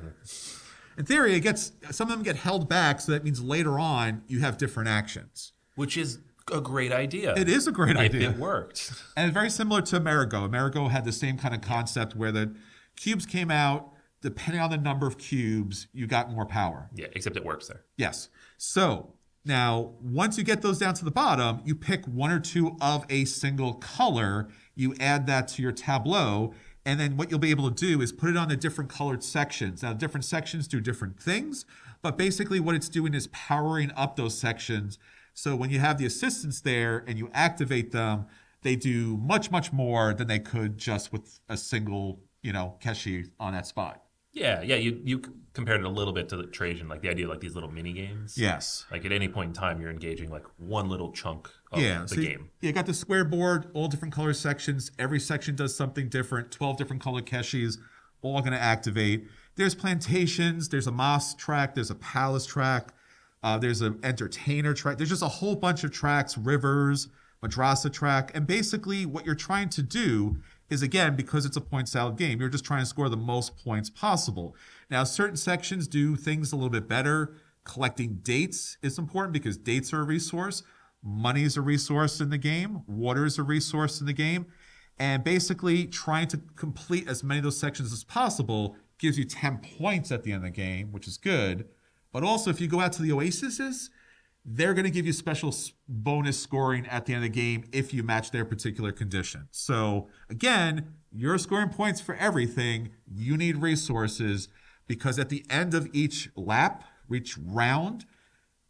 Speaker 1: in theory, it gets some of them get held back, so that means later on you have different actions.
Speaker 2: Which is a great idea.
Speaker 1: It is a great
Speaker 2: If
Speaker 1: idea,
Speaker 2: it worked.
Speaker 1: and it's very similar to Amerigo. Amerigo had the same kind of concept where the cubes came out. Depending on the number of cubes, you got more power.
Speaker 2: Yeah, except it works there.
Speaker 1: Yes. So now, once you get those down to the bottom, you pick one or two of a single color. You add that to your tableau. And then what you'll be able to do is put it on the different colored sections. Now, different sections do different things, but basically, what it's doing is powering up those sections. So when you have the assistants there and you activate them, they do much, much more than they could just with a single, you know, keshi on that spot.
Speaker 2: Yeah, yeah. You you c- compared it a little bit to the Trajan, like the idea of like these little mini games.
Speaker 1: Yes.
Speaker 2: Like at any point in time, you're engaging like one little chunk of the
Speaker 1: so you-
Speaker 2: game.
Speaker 1: You, got the square board, all different color sections. Every section does something different. Twelve different color keshis, all going to activate. There's plantations. There's a mosque track. There's a palace track. Uh, there's an entertainer track. There's just a whole bunch of tracks. Rivers, madrasa track, and basically what you're trying to do is again because it's a point salad game. You're just trying to score the most points possible. Now, certain sections do things a little bit better. Collecting dates is important because dates are a resource. Money is a resource in the game, water is a resource in the game, and basically trying to complete as many of those sections as possible gives you 10 points at the end of the game, which is good. But also, if you go out to the Oasises, they're going to give you special s- bonus scoring at the end of the game if you match their particular condition. So, again, you're scoring points for everything. You need resources because at the end of each lap, each round,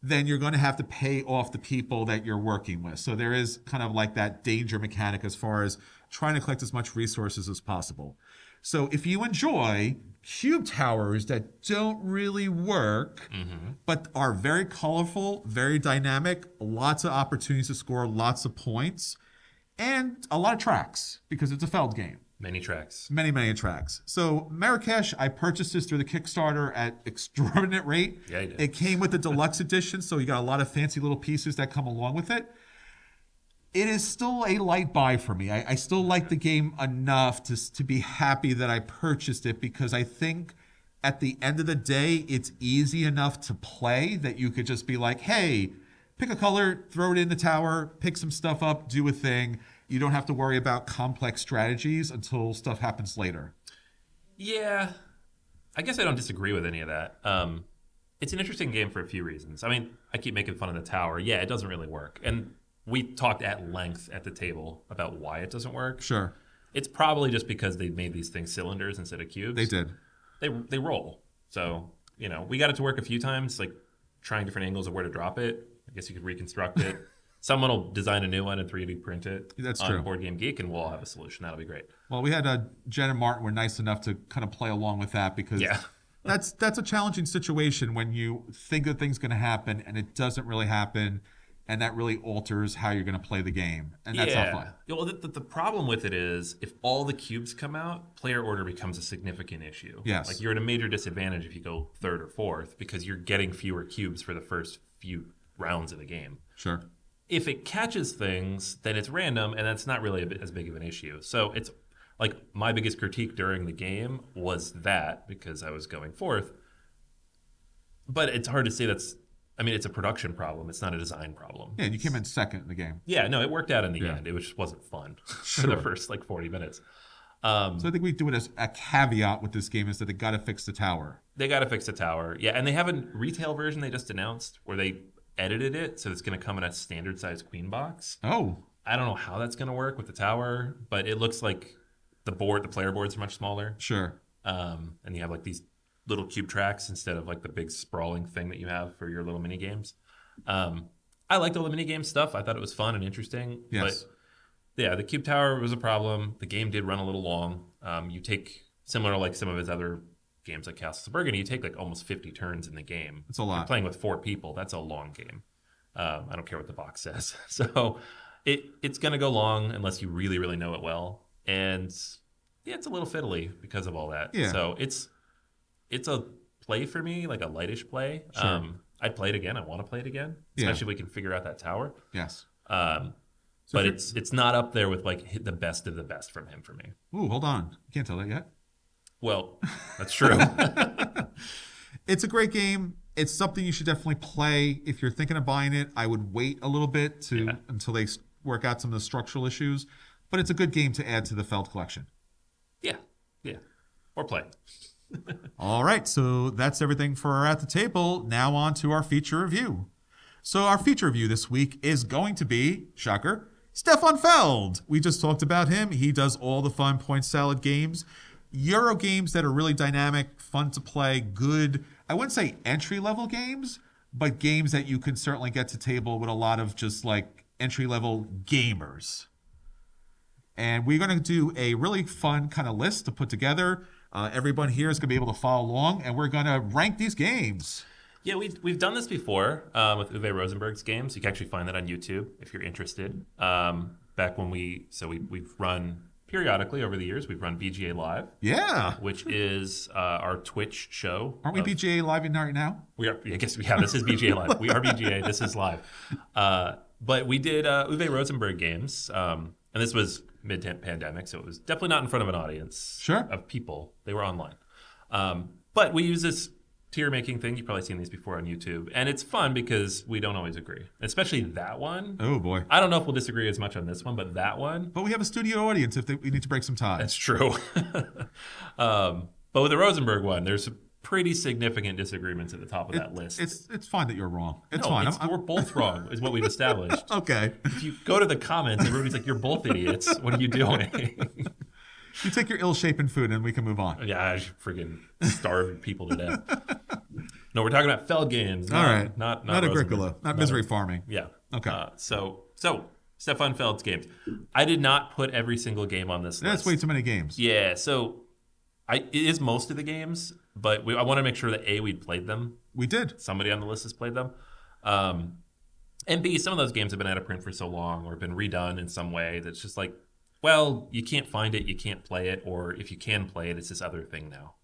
Speaker 1: then you're going to have to pay off the people that you're working with. So there is kind of like that danger mechanic as far as trying to collect as much resources as possible. So if you enjoy cube towers that don't really work, but are very colorful, very dynamic, lots of opportunities to score lots of points, and a lot of tracks because it's a Feld game
Speaker 2: Many tracks.
Speaker 1: many many tracks so marrakesh i purchased this through the kickstarter at extraordinate rate
Speaker 2: Yeah, you did.
Speaker 1: it came with the deluxe edition so you got a lot of fancy little pieces that come along with it it is still a light buy for me i, I still like the game enough to, s- to be happy that i purchased it because i think at the end of the day it's easy enough to play that you could just be like hey pick a color throw it in the tower pick some stuff up do a thing you don't have to worry about complex strategies until stuff happens later.
Speaker 2: Yeah, I guess I don't disagree with any of that. Um, it's an interesting game for a few reasons. I mean, I keep making fun of the tower. Yeah, it doesn't really work, and we talked at length at the table about why it doesn't work.
Speaker 1: Sure,
Speaker 2: It's probably just because they made these things cylinders instead of cubes.
Speaker 1: they did.
Speaker 2: They they roll. So you know, we got it to work a few times, like trying different angles of where to drop it. I guess you could reconstruct it. Someone will design a new one and 3D print it
Speaker 1: That's
Speaker 2: on
Speaker 1: true.
Speaker 2: Board Game Geek, and we'll all have a solution. That'll be great.
Speaker 1: Well, we had uh, Jen and Martin were nice enough to kind of play along with that because
Speaker 2: Yeah.
Speaker 1: that's that's a challenging situation when you think that thing's going to happen and it doesn't really happen, and that really alters how you're going to play the game, and that's not fun.
Speaker 2: Yeah, Well, the, the, the problem with it is if all the cubes come out, player order becomes a significant issue.
Speaker 1: Yes.
Speaker 2: Like you're at a major disadvantage if you go third or fourth because you're getting fewer cubes for the first few rounds of the game.
Speaker 1: Sure.
Speaker 2: If it catches things, then it's random, and that's not really a bit, as big of an issue. So it's like my biggest critique during the game was that because I was going fourth. But it's hard to say that's. I mean, it's a production problem. It's not a design problem.
Speaker 1: Yeah, and you came in second in the game,
Speaker 2: Yeah, no, it worked out in the
Speaker 1: Yeah.
Speaker 2: end. It was- just wasn't fun for
Speaker 1: Sure.
Speaker 2: the first like 40 minutes.
Speaker 1: so I think we do it as a caveat with this game is that they got to fix the tower.
Speaker 2: They got to fix the tower. Yeah, and they have a retail version they just announced where they edited it so it's going to come in a standard size queen box.
Speaker 1: Oh,
Speaker 2: I don't know how that's going to work with the tower, but it looks like the board, the player boards are much smaller.
Speaker 1: sure.
Speaker 2: Um, and you have like these little cube tracks instead of like the big sprawling thing that you have for your little mini games. Um, I liked all the mini game stuff. I thought it was fun and interesting.
Speaker 1: Yes.
Speaker 2: But yeah, the cube tower was a problem. The game did run a little long. Um, you take similar to like some of his other games like Castles of Burgundy, you take like almost 50 turns in the game.
Speaker 1: It's a lot.
Speaker 2: Playing with four people, that's a long game. Um, I don't care what the box says. So it it's going to go long unless you really really know it well. And yeah, it's a little fiddly because of all that.
Speaker 1: Yeah.
Speaker 2: So it's it's a play for me, like a lightish play.
Speaker 1: Sure.
Speaker 2: Um, I'd play it again. I want to play it again,
Speaker 1: Yeah.
Speaker 2: especially if we can figure out that tower.
Speaker 1: Yes.
Speaker 2: Um,
Speaker 1: So if
Speaker 2: but
Speaker 1: you're-
Speaker 2: it's it's not up there with like hit the best of the best from him for me.
Speaker 1: Ooh, hold on. You can't tell that yet.
Speaker 2: Well, that's true.
Speaker 1: it's a great game. It's something you should definitely play. If you're thinking of buying it, I would wait a little bit to until they s- work out some of the structural issues. But it's a good game to add to the Feld collection.
Speaker 2: yeah, yeah, or play.
Speaker 1: All right, so that's everything for our at the table. Now on to our feature review. So our feature review this week is going to be shocker, Stefan Feld. We just talked about him. He does all the fun point salad games, Euro games that are really dynamic, fun to play, good. I wouldn't say entry level games, but games that you can certainly get to table with a lot of just like entry level gamers. And we're going to do a really fun kind of list to put together. Uh, everyone here is going to be able to follow along, and we're going to rank these games.
Speaker 2: Yeah, we've, we've done this before um, with Uwe Rosenberg's games. You can actually find that on YouTube if you're interested. Um, back when we, so we, we've run periodically over the years, we've run BGA Live,
Speaker 1: Yeah.
Speaker 2: which is uh, our Twitch show.
Speaker 1: Aren't we
Speaker 2: of-
Speaker 1: BGA live in right now?
Speaker 2: We are, I guess, yeah, this is BGA Live. We are BGA. This is live. Uh, but we did uh, Uwe Rosenberg games, um, and this was mid pandemic, so it was definitely not in front of an audience
Speaker 1: Sure.
Speaker 2: of people. They were online. Um, but we use this tier making thing. You've probably seen these before on YouTube, and it's fun because we don't always agree, especially that one.
Speaker 1: Oh, boy.
Speaker 2: I don't know if we'll disagree as much on this one, but that one,
Speaker 1: But we have a studio audience if they, we need to break some ties.
Speaker 2: that's true. um, but But with the Rosenberg one, there's some pretty significant disagreements at the top of that list.
Speaker 1: It's it's fine that you're wrong. It's
Speaker 2: no,
Speaker 1: fine.
Speaker 2: it's-
Speaker 1: I'm,
Speaker 2: we're both wrong, is what we've established.
Speaker 1: I'm, okay.
Speaker 2: if you go to the comments, everybody's like, "You're both idiots. What are you doing?"
Speaker 1: You take your ill-shapen food and we can move on.
Speaker 2: yeah, I should freaking starve people to death. No, we're talking about Feld games.
Speaker 1: All
Speaker 2: not,
Speaker 1: right.
Speaker 2: not not,
Speaker 1: not
Speaker 2: Rosenberg.
Speaker 1: Agricola. Not, misery farming.
Speaker 2: Yeah.
Speaker 1: Okay.
Speaker 2: Uh, so so Stefan Feld's games. I did not put every single game on this
Speaker 1: That's
Speaker 2: list.
Speaker 1: way too many games.
Speaker 2: Yeah, so I it is most of the games, but we, I want to make sure that a we'd played them.
Speaker 1: We did.
Speaker 2: Somebody on the list has played them, um, and b some of those games have been out of print for so long or been redone in some way that's just like, well, you can't find it, you can't play it, or if you can play it, it's this other thing now.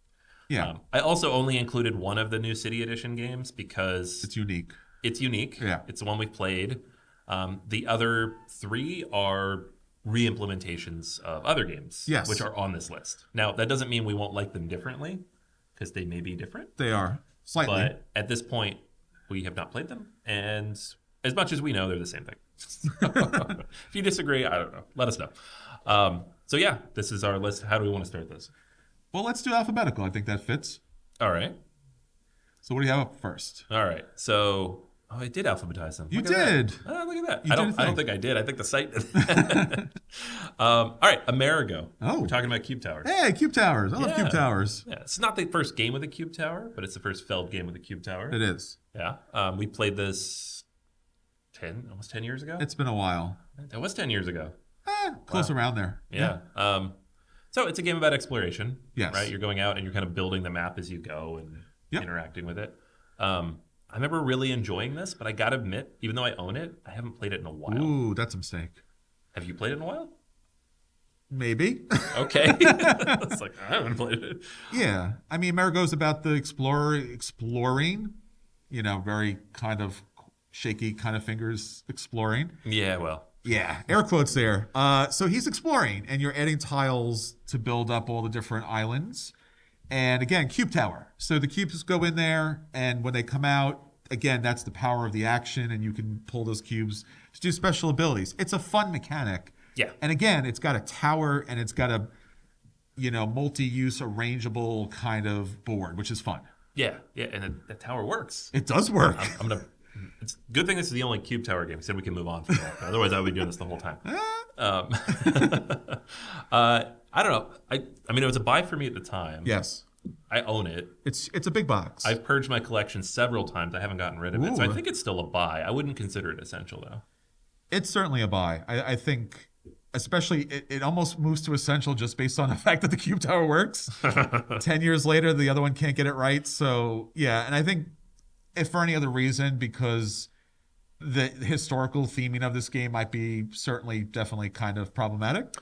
Speaker 1: Yeah.
Speaker 2: Um, I also only included one of the new City Edition games because
Speaker 1: it's unique.
Speaker 2: it's unique.
Speaker 1: Yeah.
Speaker 2: It's the one we've played. Um, the other three are re-implementations of other games,
Speaker 1: Yes.
Speaker 2: which are on this list. Now, that doesn't mean we won't like them differently, because they may be different.
Speaker 1: They are slightly.
Speaker 2: But at this point, we have not played them, and as much as we know, they're the same thing. if you disagree, I don't know. Let us know. Um, so yeah, this is our list. How do we want to start this?
Speaker 1: well, let's do alphabetical. I think that fits.
Speaker 2: All right,
Speaker 1: So what do you have up first?
Speaker 2: all right. So oh, I did alphabetize them.
Speaker 1: You
Speaker 2: Look at that.
Speaker 1: did.
Speaker 2: Oh, look at that.
Speaker 1: You
Speaker 2: I
Speaker 1: did
Speaker 2: don't,
Speaker 1: a
Speaker 2: I don't
Speaker 1: thing.
Speaker 2: think I did. I think the site. um, all right, Amerigo.
Speaker 1: Oh.
Speaker 2: We're talking about Cube Tower.
Speaker 1: Hey, Cube Towers. I love
Speaker 2: Yeah.
Speaker 1: Cube Towers.
Speaker 2: Yeah, it's not the first game with a Cube Tower, but it's the first Feld game with a Cube Tower.
Speaker 1: It is.
Speaker 2: Yeah. Um, we played this 10, almost 10 years ago.
Speaker 1: It's been a while.
Speaker 2: That was 10 years ago.
Speaker 1: Eh, close around there.
Speaker 2: Yeah. Um, so it's a game about exploration.
Speaker 1: Yes.
Speaker 2: Right? You're going out and you're kind of building the map as you go and
Speaker 1: Yep.
Speaker 2: interacting with it. Um, I remember really enjoying this, but I got to admit, even though I own it, I haven't played it in a while.
Speaker 1: Ooh, that's a mistake.
Speaker 2: Have you played it in a while?
Speaker 1: Maybe.
Speaker 2: okay. it's like I haven't played it.
Speaker 1: yeah. I mean, Marigo's about the explorer exploring, you know, very kind of shaky kind of fingers exploring.
Speaker 2: Yeah, well,
Speaker 1: Yeah, air quotes there. Uh, so he's exploring, and you're adding tiles to build up all the different islands. And again, cube tower. So the cubes go in there, and when they come out, again, that's the power of the action, and you can pull those cubes to do special abilities. It's a fun mechanic.
Speaker 2: Yeah.
Speaker 1: And again, it's got a tower, and it's got a, you know, multi-use arrangeable kind of board, which is fun.
Speaker 2: yeah, yeah, and the, the tower works.
Speaker 1: It does work.
Speaker 2: I'm, I'm gonna. It's good thing this is the only cube tower game. Said we can move on from that. Otherwise, I would be doing this the whole time.
Speaker 1: Ah.
Speaker 2: Um, uh, I don't know. I I mean, it was a buy for me at the time.
Speaker 1: yes.
Speaker 2: I own it.
Speaker 1: It's it's a big box.
Speaker 2: I've purged my collection several times. I haven't gotten rid of it, so I
Speaker 1: Ooh.
Speaker 2: think it's still a buy. I wouldn't consider it essential though.
Speaker 1: It's certainly a buy. I, I think, especially, it, it almost moves to essential just based on the fact that the Cube Tower works. 10 years later, the other one can't get it right. So, yeah. And I think, if for any other reason, because the historical theming of this game might be certainly, definitely kind of problematic.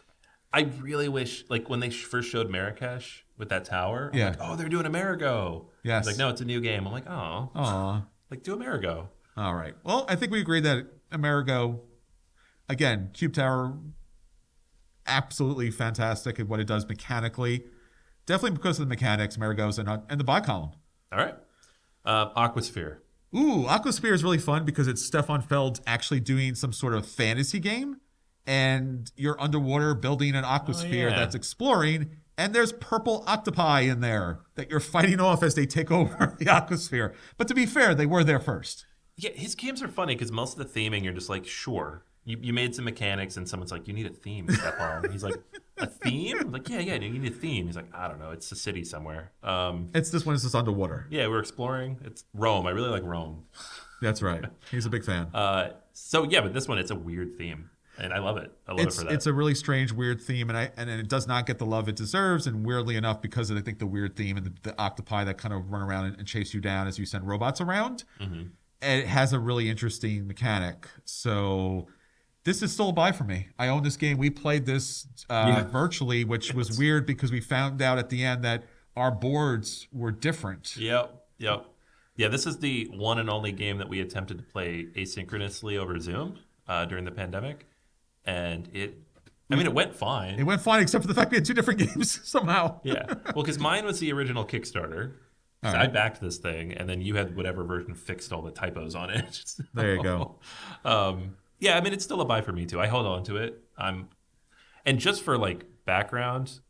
Speaker 2: I really wish, like when they sh- first showed Marrakesh with that tower, I'm
Speaker 1: Yeah.
Speaker 2: like, oh, they're doing Amerigo.
Speaker 1: Yes.
Speaker 2: It's like, no, it's a new game. I'm like, oh,
Speaker 1: Aw.
Speaker 2: like do Amerigo.
Speaker 1: All right. Well, I think we agree that Amerigo, again, Cube Tower, absolutely fantastic at what it does mechanically. Definitely because of the mechanics, Amerigo's in, in the buy column.
Speaker 2: All right. Uh, Aquasphere.
Speaker 1: Ooh, Aquasphere is really fun because it's Stefan Feld actually doing some sort of fantasy game, and you're underwater building an aquasphere
Speaker 2: yeah.
Speaker 1: that's exploring, and there's purple octopi in there that you're fighting off as they take over the aquasphere. But to be fair, they were there first.
Speaker 2: Yeah, his games are funny because most of the theming, you're just like, sure. You, you made some mechanics, and someone's like, you need a theme, Stefan. He's like, a theme? I'm like, yeah, yeah, you need a theme. He's like, I don't know. It's a city somewhere. Um,
Speaker 1: It's this one is just underwater.
Speaker 2: yeah, we're exploring. It's Rome. I really like Rome.
Speaker 1: That's right. He's a big fan.
Speaker 2: Uh, so, yeah, but this one, it's a weird theme, and I love it. I love
Speaker 1: it's
Speaker 2: it for that.
Speaker 1: it's a really strange, weird theme, and I and it does not get the love it deserves. And weirdly enough, because of, I think the weird theme and the, the octopi that kind of run around and, and chase you down as you send robots around,
Speaker 2: Mm-hmm.
Speaker 1: it has a really interesting mechanic. So this is still a buy for me. I own this game. We played this uh, virtually, which was weird because we found out at the end that our boards were different.
Speaker 2: Yep, yep. Yeah, this is the one and only game that we attempted to play asynchronously over Zoom uh, during the pandemic, and it. I mean, it went
Speaker 1: It
Speaker 2: fine.
Speaker 1: went fine, except for the fact we had two different games somehow.
Speaker 2: yeah, well, because mine was the original Kickstarter. 'Cause I backed this thing, and then you had whatever version fixed all the typos on it. So,
Speaker 1: There you go.
Speaker 2: Um, yeah, I mean, it's still a buy for me too. I hold on to it. I'm, and just for like background,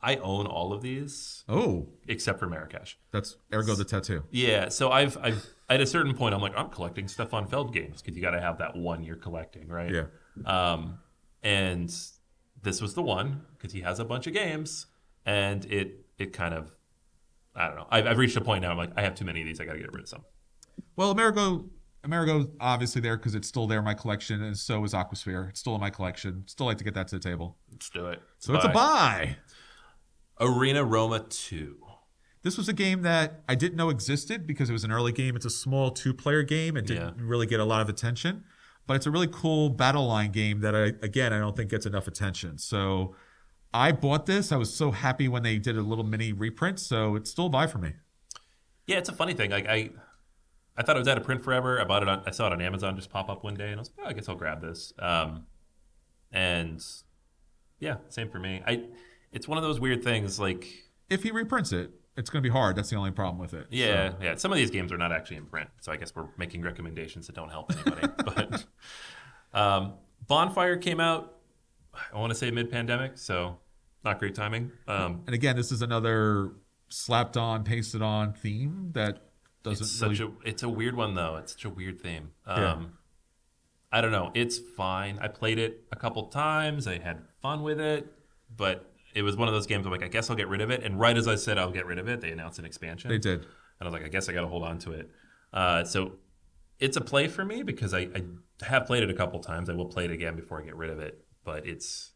Speaker 2: I own all of these
Speaker 1: Oh,
Speaker 2: except for Marrakesh.
Speaker 1: that's ergo the tattoo.
Speaker 2: Yeah, so I've I've at a certain point I'm like I'm collecting stuff on Feld games because you got to have that one you're collecting, right?
Speaker 1: Yeah.
Speaker 2: Um, and this was the one because he has a bunch of games, and it it kind of I don't know. I've, I've reached a point now. I'm like I have too many of these. I got to get rid of some.
Speaker 1: Well, Amerigo, Amerigo's obviously there because it's still there in my collection, and so is Aquasphere. It's still in my collection. Still like to get that to the table.
Speaker 2: Let's do it.
Speaker 1: So it's a buy.
Speaker 2: Arena Roma two.
Speaker 1: This was a game that I didn't know existed because it was an early game. It's a small two player game. It didn't
Speaker 2: Yeah.
Speaker 1: really get a lot of attention, but it's a really cool battle line game that I, again, I don't think gets enough attention. So I bought this. I was so happy when they did a little mini reprint. So it's still a buy for me.
Speaker 2: Yeah, it's a funny thing. Like I, I thought it was out of print forever. I bought it on. I saw it on Amazon just pop up one day, and I was like, oh, I guess I'll grab this. Um, and yeah, same for me. I, it's one of those weird things. Like
Speaker 1: If he reprints it, it's going to be hard. That's the only problem with it.
Speaker 2: yeah, yeah. Some of these games are not actually in print, so I guess we're making recommendations that don't help anybody. but um, Bonfire came out. I want to say mid-pandemic, so not great timing. Um,
Speaker 1: And again, this is another slapped on, pasted on theme that doesn't
Speaker 2: it's such
Speaker 1: really.
Speaker 2: a it's a weird one though. It's such a weird theme. Um
Speaker 1: Yeah.
Speaker 2: I don't know. It's fine. I played it a couple times. I had fun with it, but it was one of those games I'm like, I guess I'll get rid of it. And right as I said I'll get rid of it, they announced an expansion.
Speaker 1: they did.
Speaker 2: And I was like, I guess I got to hold on to it. Uh, so it's a play for me because I, I have played it a couple times. I will play it again before I get rid of it. But it's,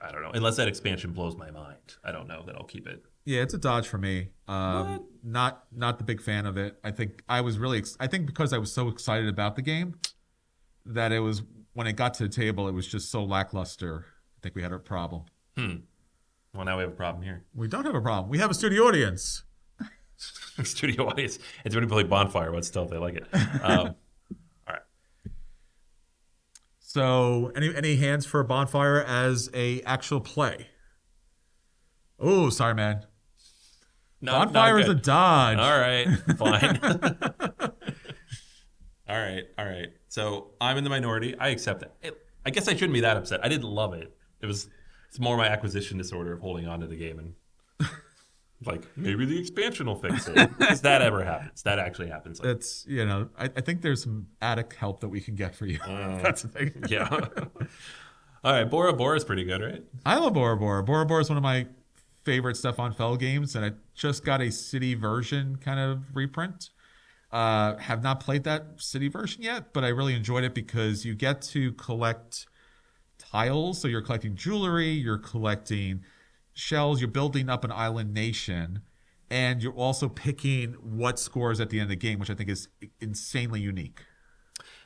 Speaker 2: I don't know. Unless that expansion blows my mind, I don't know that I'll keep it.
Speaker 1: Yeah, it's a dodge for me. Um, not not the big fan of it. I think I was really. Ex- I think because I was so excited about the game, that it was when it got to the table, it was just so lackluster. I think we had a problem.
Speaker 2: Well, now we have a problem here.
Speaker 1: We don't have a problem. We have a studio audience.
Speaker 2: studio audience. It's already played Bonfire, but still, they like it. Um,
Speaker 1: So any any hands for bonfire as a actual play? Oh, sorry, man.
Speaker 2: not,
Speaker 1: Bonfire is a dodge.
Speaker 2: All right, fine. all right, all right. So I'm in the minority. I accept it. it. I guess I shouldn't be that upset. I didn't love it. It was it's more my acquisition disorder of holding on to the game and like maybe the expansion will fix it. Because that ever happens. That actually happens. Like,
Speaker 1: That's you know. I, I think there's some attic help that we can get for you. That's the thing.
Speaker 2: yeah. all right, Bora Bora's pretty good, right?
Speaker 1: I love Bora Bora. Bora Bora is one of my favorite Stefan Fell games, and I just got a city version kind of reprint. Uh, have not played that city version yet, but I really enjoyed it because you get to collect tiles. So you're collecting jewelry, you're collecting shells, you're building up an island nation, and you're also picking what scores at the end of the game, which I think is insanely unique.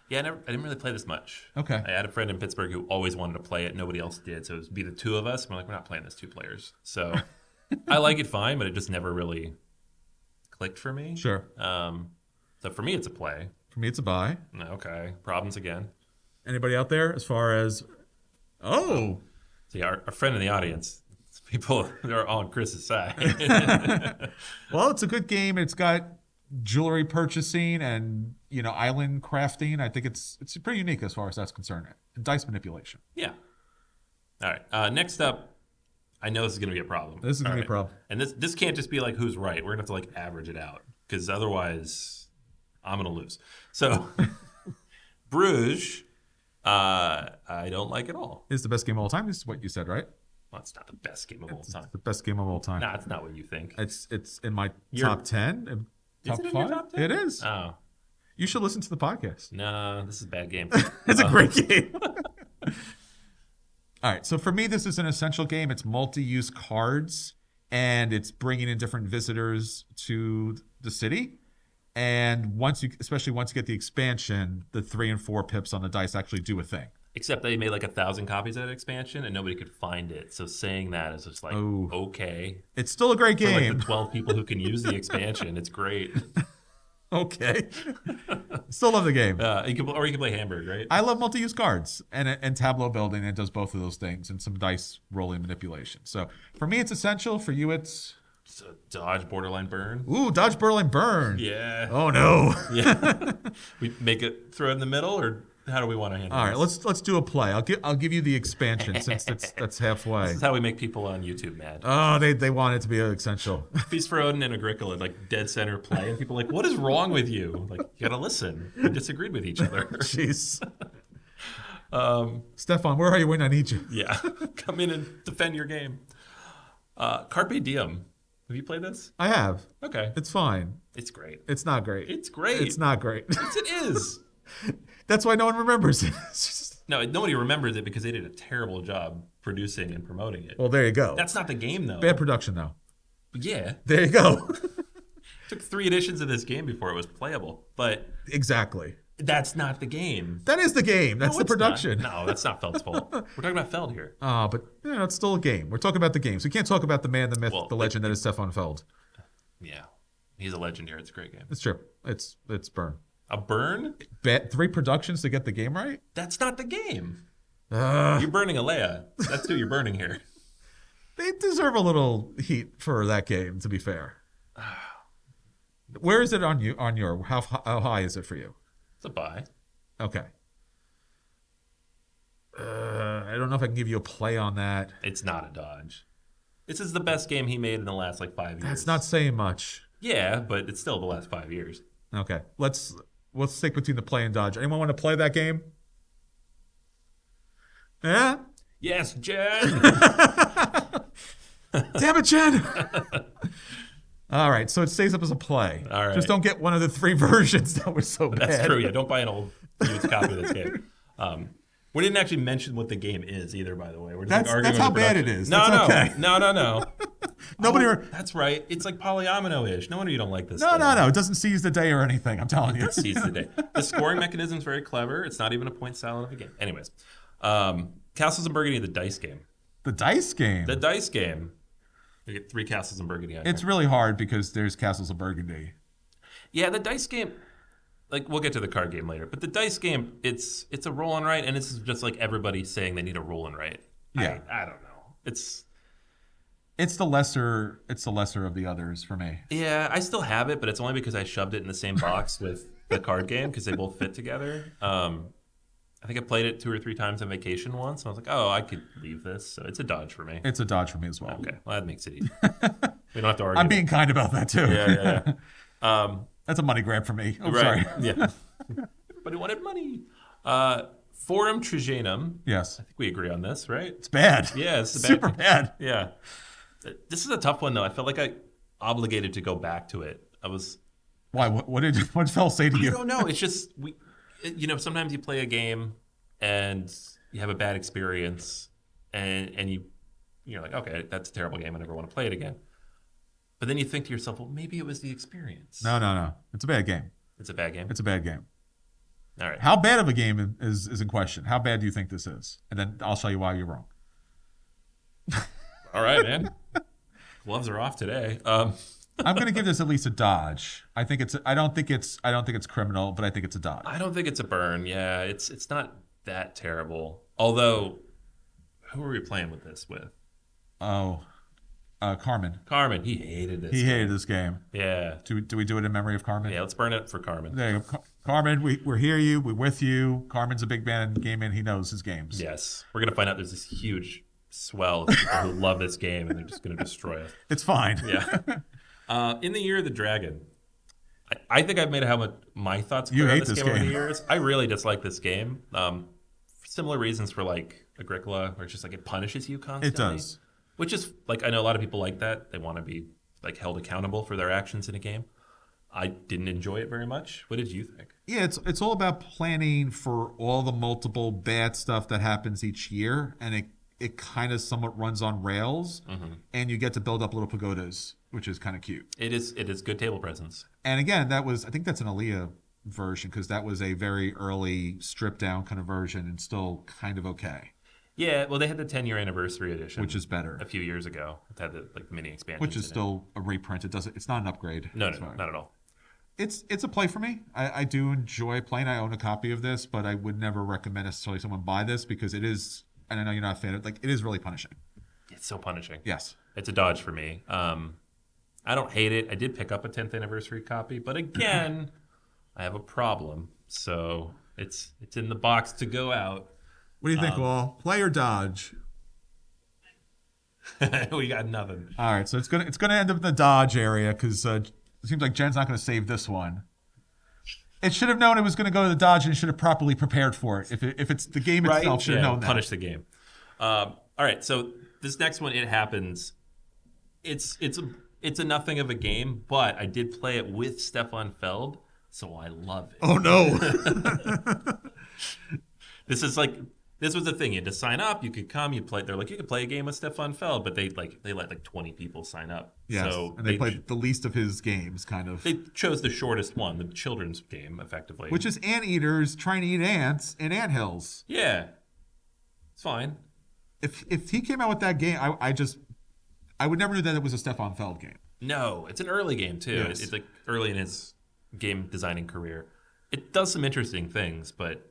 Speaker 2: Yeah, I, never, I didn't really play this much.
Speaker 1: Okay.
Speaker 2: I had a friend in Pittsburgh who always wanted to play it. Nobody else did. So it would be the two of us. And we're like, we're not playing this two players. So I like it fine, but it just never really clicked for me.
Speaker 1: Sure.
Speaker 2: Um, so for me, it's a play.
Speaker 1: For me, it's a buy.
Speaker 2: Okay. Problems again.
Speaker 1: Anybody out there as far as. Oh,
Speaker 2: See, our, our friend in the audience, people are on Chris's side.
Speaker 1: Well, it's a good game. It's got jewelry purchasing and you know island crafting. I think it's it's pretty unique as far as that's concerned. And dice manipulation.
Speaker 2: Yeah. All right. Uh, next up, I know this is going to be a problem.
Speaker 1: This is gonna
Speaker 2: All
Speaker 1: be a problem.
Speaker 2: And this this can't just be like who's right. We're going to have to like average it out because otherwise, I'm going to lose. So, Bruges, uh, I don't like at all.
Speaker 1: Is the best game of all time. This is what you said, right?
Speaker 2: Well, it's not the best game of all
Speaker 1: It's
Speaker 2: time.
Speaker 1: the best game of all time.
Speaker 2: Nah, it's not what you think.
Speaker 1: It's it's in my
Speaker 2: You're-
Speaker 1: top ten. and Top
Speaker 2: it in your
Speaker 1: five.
Speaker 2: top 10?
Speaker 1: It is.
Speaker 2: Oh
Speaker 1: you should listen to the podcast.
Speaker 2: no, this is a bad game.
Speaker 1: It's a
Speaker 2: Uh,
Speaker 1: great game. All right. So for me, this is an essential game. It's multi-use cards, and it's bringing in different visitors to the city. And once you, especially once you get the expansion, the three and four pips on the dice actually do a thing.
Speaker 2: Except they made like a thousand copies of that expansion and nobody could find it. So saying that is just like
Speaker 1: Oh.
Speaker 2: okay.
Speaker 1: It's still a great
Speaker 2: For like
Speaker 1: game.
Speaker 2: the twelve people who can use the expansion, it's great.
Speaker 1: okay. still love the game.
Speaker 2: Uh, you can, or you can play Hamburg, right?
Speaker 1: I love multi-use cards and and tableau building. It does both of those things and some dice rolling manipulation. So for me, it's essential. For you, it's
Speaker 2: So dodge borderline burn.
Speaker 1: ooh, dodge, burl, and burn.
Speaker 2: Yeah.
Speaker 1: Oh no.
Speaker 2: Yeah. we make it throw it in the middle or how do we want to handle
Speaker 1: All
Speaker 2: this?
Speaker 1: right, let's let's do a play. I'll give I'll give you the expansion since that's that's halfway.
Speaker 2: This is how we make people on YouTube mad.
Speaker 1: Oh, they they want it to be essential.
Speaker 2: Feast for Odin and Agricola, like dead center play, and people are like, what is wrong with you? Like, you gotta listen. We disagreed with each other.
Speaker 1: Jeez. Um, Stefan, where are you when I need you?
Speaker 2: yeah, come in and defend your game. Uh, Carpe Diem. Have you played this?
Speaker 1: I have.
Speaker 2: Okay,
Speaker 1: It's fine.
Speaker 2: it's great.
Speaker 1: It's not great.
Speaker 2: It's great.
Speaker 1: It's not great.
Speaker 2: Yes, it is.
Speaker 1: That's why no one remembers it. It's just-
Speaker 2: No, nobody remembers it because they did a terrible job producing and promoting it.
Speaker 1: well, there you go.
Speaker 2: That's not the game though.
Speaker 1: bad production though.
Speaker 2: Yeah,
Speaker 1: There you go.
Speaker 2: took three editions of this game before it was playable, but
Speaker 1: exactly.
Speaker 2: that's not the game.
Speaker 1: That is the game. That's the
Speaker 2: No, it's not.
Speaker 1: production.
Speaker 2: No, that's not Feld's fault. We're talking about Feld here.
Speaker 1: Ah, but you know, it's still a game. We're talking about the games. We can't talk about the man, the myth,
Speaker 2: Well,
Speaker 1: the legend that is Stefan Feld.
Speaker 2: Yeah, he's a legend here. It's a great game.
Speaker 1: It's true. It's it's burn.
Speaker 2: A burn?
Speaker 1: Bet three productions to get the game right.
Speaker 2: That's not the game.
Speaker 1: Ugh.
Speaker 2: You're burning Alea. That's who you're burning here.
Speaker 1: they deserve a little heat for that game. To be fair, where is it on you? On your how h- how high is it for you?
Speaker 2: It's a buy.
Speaker 1: Okay. Uh, I don't know if I can give you a play on that.
Speaker 2: It's not a dodge. This is the best game he made in the last like five years.
Speaker 1: That's not saying much.
Speaker 2: Yeah, but it's still the last five years.
Speaker 1: Okay, let's let's stick between the play and dodge. Anyone want to play that game? Yeah.
Speaker 2: Yes, Jen.
Speaker 1: Damn it, Jen. All right, so it stays up as a play.
Speaker 2: All right.
Speaker 1: Just don't get one of the three versions that was so bad.
Speaker 2: That's true. Yeah, don't buy an old used copy of this game. Um, we didn't actually mention what the game is either. By the way, we're just
Speaker 1: That's-
Speaker 2: like arguing.
Speaker 1: that's
Speaker 2: over
Speaker 1: how bad
Speaker 2: production.
Speaker 1: it is.
Speaker 2: No,
Speaker 1: That's
Speaker 2: no,
Speaker 1: okay.
Speaker 2: no, no, no.
Speaker 1: Nobody.
Speaker 2: Oh,
Speaker 1: re-
Speaker 2: that's right. It's like polyomino-ish. No wonder you don't like this.
Speaker 1: No,
Speaker 2: thing.
Speaker 1: no, no. It doesn't seize the day or anything. I'm telling you.
Speaker 2: seize the day. The scoring mechanism is very clever. It's not even a point silent of a game. Anyways, um, castles and burgundy, the dice game.
Speaker 1: The dice game.
Speaker 2: The dice game. You get three castles and burgundy. On
Speaker 1: it's
Speaker 2: here.
Speaker 1: really hard because there's Castles of Burgundy.
Speaker 2: yeah, the dice game. Like we'll get to the card game later, but the dice game, it's it's a roll and write, and it's just like everybody saying they need a roll and write. I-
Speaker 1: Yeah.
Speaker 2: I, don't know. It's
Speaker 1: It's the lesser. It's the lesser of the others for me.
Speaker 2: yeah, I still have it, but it's only because I shoved it in the same box with the card game because they both fit together. Um, I think I played it two or three times on vacation once, and I was like, oh, I could leave this, so it's a dodge for me.
Speaker 1: It's a dodge for me as well.
Speaker 2: Okay, well that makes it easy. we don't have to argue.
Speaker 1: I'm being kind about that too.
Speaker 2: Yeah, yeah, yeah. Um,
Speaker 1: That's a money grab for me. I'm sorry.
Speaker 2: right. Yeah. Everybody wanted money. Uh, Forum Trigenum.
Speaker 1: Yes,
Speaker 2: I think we agree on this, right?
Speaker 1: it's bad.
Speaker 2: Yeah, it's the bad
Speaker 1: super
Speaker 2: thing.
Speaker 1: bad.
Speaker 2: Yeah. This is a tough one though. I felt like I obligated to go back to it. I was.
Speaker 1: Why? What, what did what Fell say to
Speaker 2: I
Speaker 1: you?
Speaker 2: don't know. It's just we. it- You know, sometimes you play a game and you have a bad experience, and and you you're like, okay, that's a terrible game. I never want to play it again. But then you think to yourself, well, maybe it was the experience.
Speaker 1: No, no, no. It's a bad game.
Speaker 2: It's a bad game.
Speaker 1: It's a bad game.
Speaker 2: All right.
Speaker 1: How bad of a game is is in question? How bad do you think this is? And then I'll show you why you're wrong.
Speaker 2: All right, man. Gloves are off today. Um,
Speaker 1: I'm going to give this at least a dodge. I think it's. I don't think it's. I don't think it's criminal, but I think it's a dodge.
Speaker 2: I don't think it's a burn. Yeah, it's it's not that terrible. Although, who are we playing with this with?
Speaker 1: Oh, uh, Carmen.
Speaker 2: Carmen. He hated this.
Speaker 1: He hated this game.
Speaker 2: yeah.
Speaker 1: Do we, do we do it in memory of Carmen?
Speaker 2: Yeah. Let's burn it for Carmen.
Speaker 1: There you go. Car- Carmen, we, we're here you. We're with you. Carmen's a big man game man. He knows his games.
Speaker 2: Yes, we're gonna find out. There's this huge swell of people who love this game, and they're just gonna destroy us.
Speaker 1: It's fine.
Speaker 2: Yeah. Uh, in the year of the dragon, I, I think I've made how much my thoughts
Speaker 1: You
Speaker 2: clear on
Speaker 1: hate
Speaker 2: this,
Speaker 1: this
Speaker 2: game, over the
Speaker 1: game.
Speaker 2: years. I really dislike this game. Um, for similar reasons for like Agricola, where it's just like it punishes you constantly.
Speaker 1: It does.
Speaker 2: Which is like I know a lot of people like that. They want to be like held accountable for their actions in a game. I didn't enjoy it very much. What did you think?
Speaker 1: Yeah, it's it's all about planning for all the multiple bad stuff that happens each year, and it it kind of somewhat runs on rails,
Speaker 2: Mm-hmm.
Speaker 1: and you get to build up little pagodas, which is kind of cute.
Speaker 2: It is it is good table presence.
Speaker 1: And again, that was I think that's an Aaliyah version because that was a very early stripped down kind of version and still kind of okay,
Speaker 2: Yeah, well, they had the 10 year anniversary edition,
Speaker 1: which is better,
Speaker 2: a few years ago. It had the like mini expansion,
Speaker 1: which is still a reprint. It doesn't. It's not an upgrade.
Speaker 2: no,
Speaker 1: It's
Speaker 2: no,
Speaker 1: not-
Speaker 2: not at all.
Speaker 1: It's it's a play for me. I, I do enjoy playing. I own a copy of this, but I would never recommend necessarily someone buy this because it is. And I know you're not a fan of like it is really punishing.
Speaker 2: It's so punishing.
Speaker 1: Yes.
Speaker 2: it's a dodge for me. Um, I don't hate it. I did pick up a 10th anniversary copy, but again, I have a problem. So It's it's in the box to go out.
Speaker 1: What do you think,
Speaker 2: Um,
Speaker 1: Wall? Play or dodge?
Speaker 2: we got nothing.
Speaker 1: All right, so it's gonna it's gonna end up in the dodge area because uh, it seems like Jen's not gonna save this one. It should have known it was gonna go to the dodge and it should have properly prepared for it. If it, if it's the game itself, should have
Speaker 2: Yeah,
Speaker 1: known that.
Speaker 2: punish the game. Um, all right, so this next one, it happens. It's it's a it's a nothing of a game, but I did play it with Stefan Feld, so I love it.
Speaker 1: Oh no!
Speaker 2: This is like this was the thing. You had to sign up. You could come. You play. They're like you could play a game with Stefan Feld, but they like they let like twenty people sign up.
Speaker 1: yes,
Speaker 2: so
Speaker 1: and they,
Speaker 2: they
Speaker 1: played the least of his games, kind of.
Speaker 2: they chose the shortest one, the children's game, effectively.
Speaker 1: which is anteaters trying to eat ants in anthills.
Speaker 2: yeah, it's fine.
Speaker 1: If if he came out with that game, I, I just I would never knew that it was a Stefan Feld game.
Speaker 2: No, it's an early game too.
Speaker 1: Yes.
Speaker 2: It's like early in his game designing career. It does some interesting things, but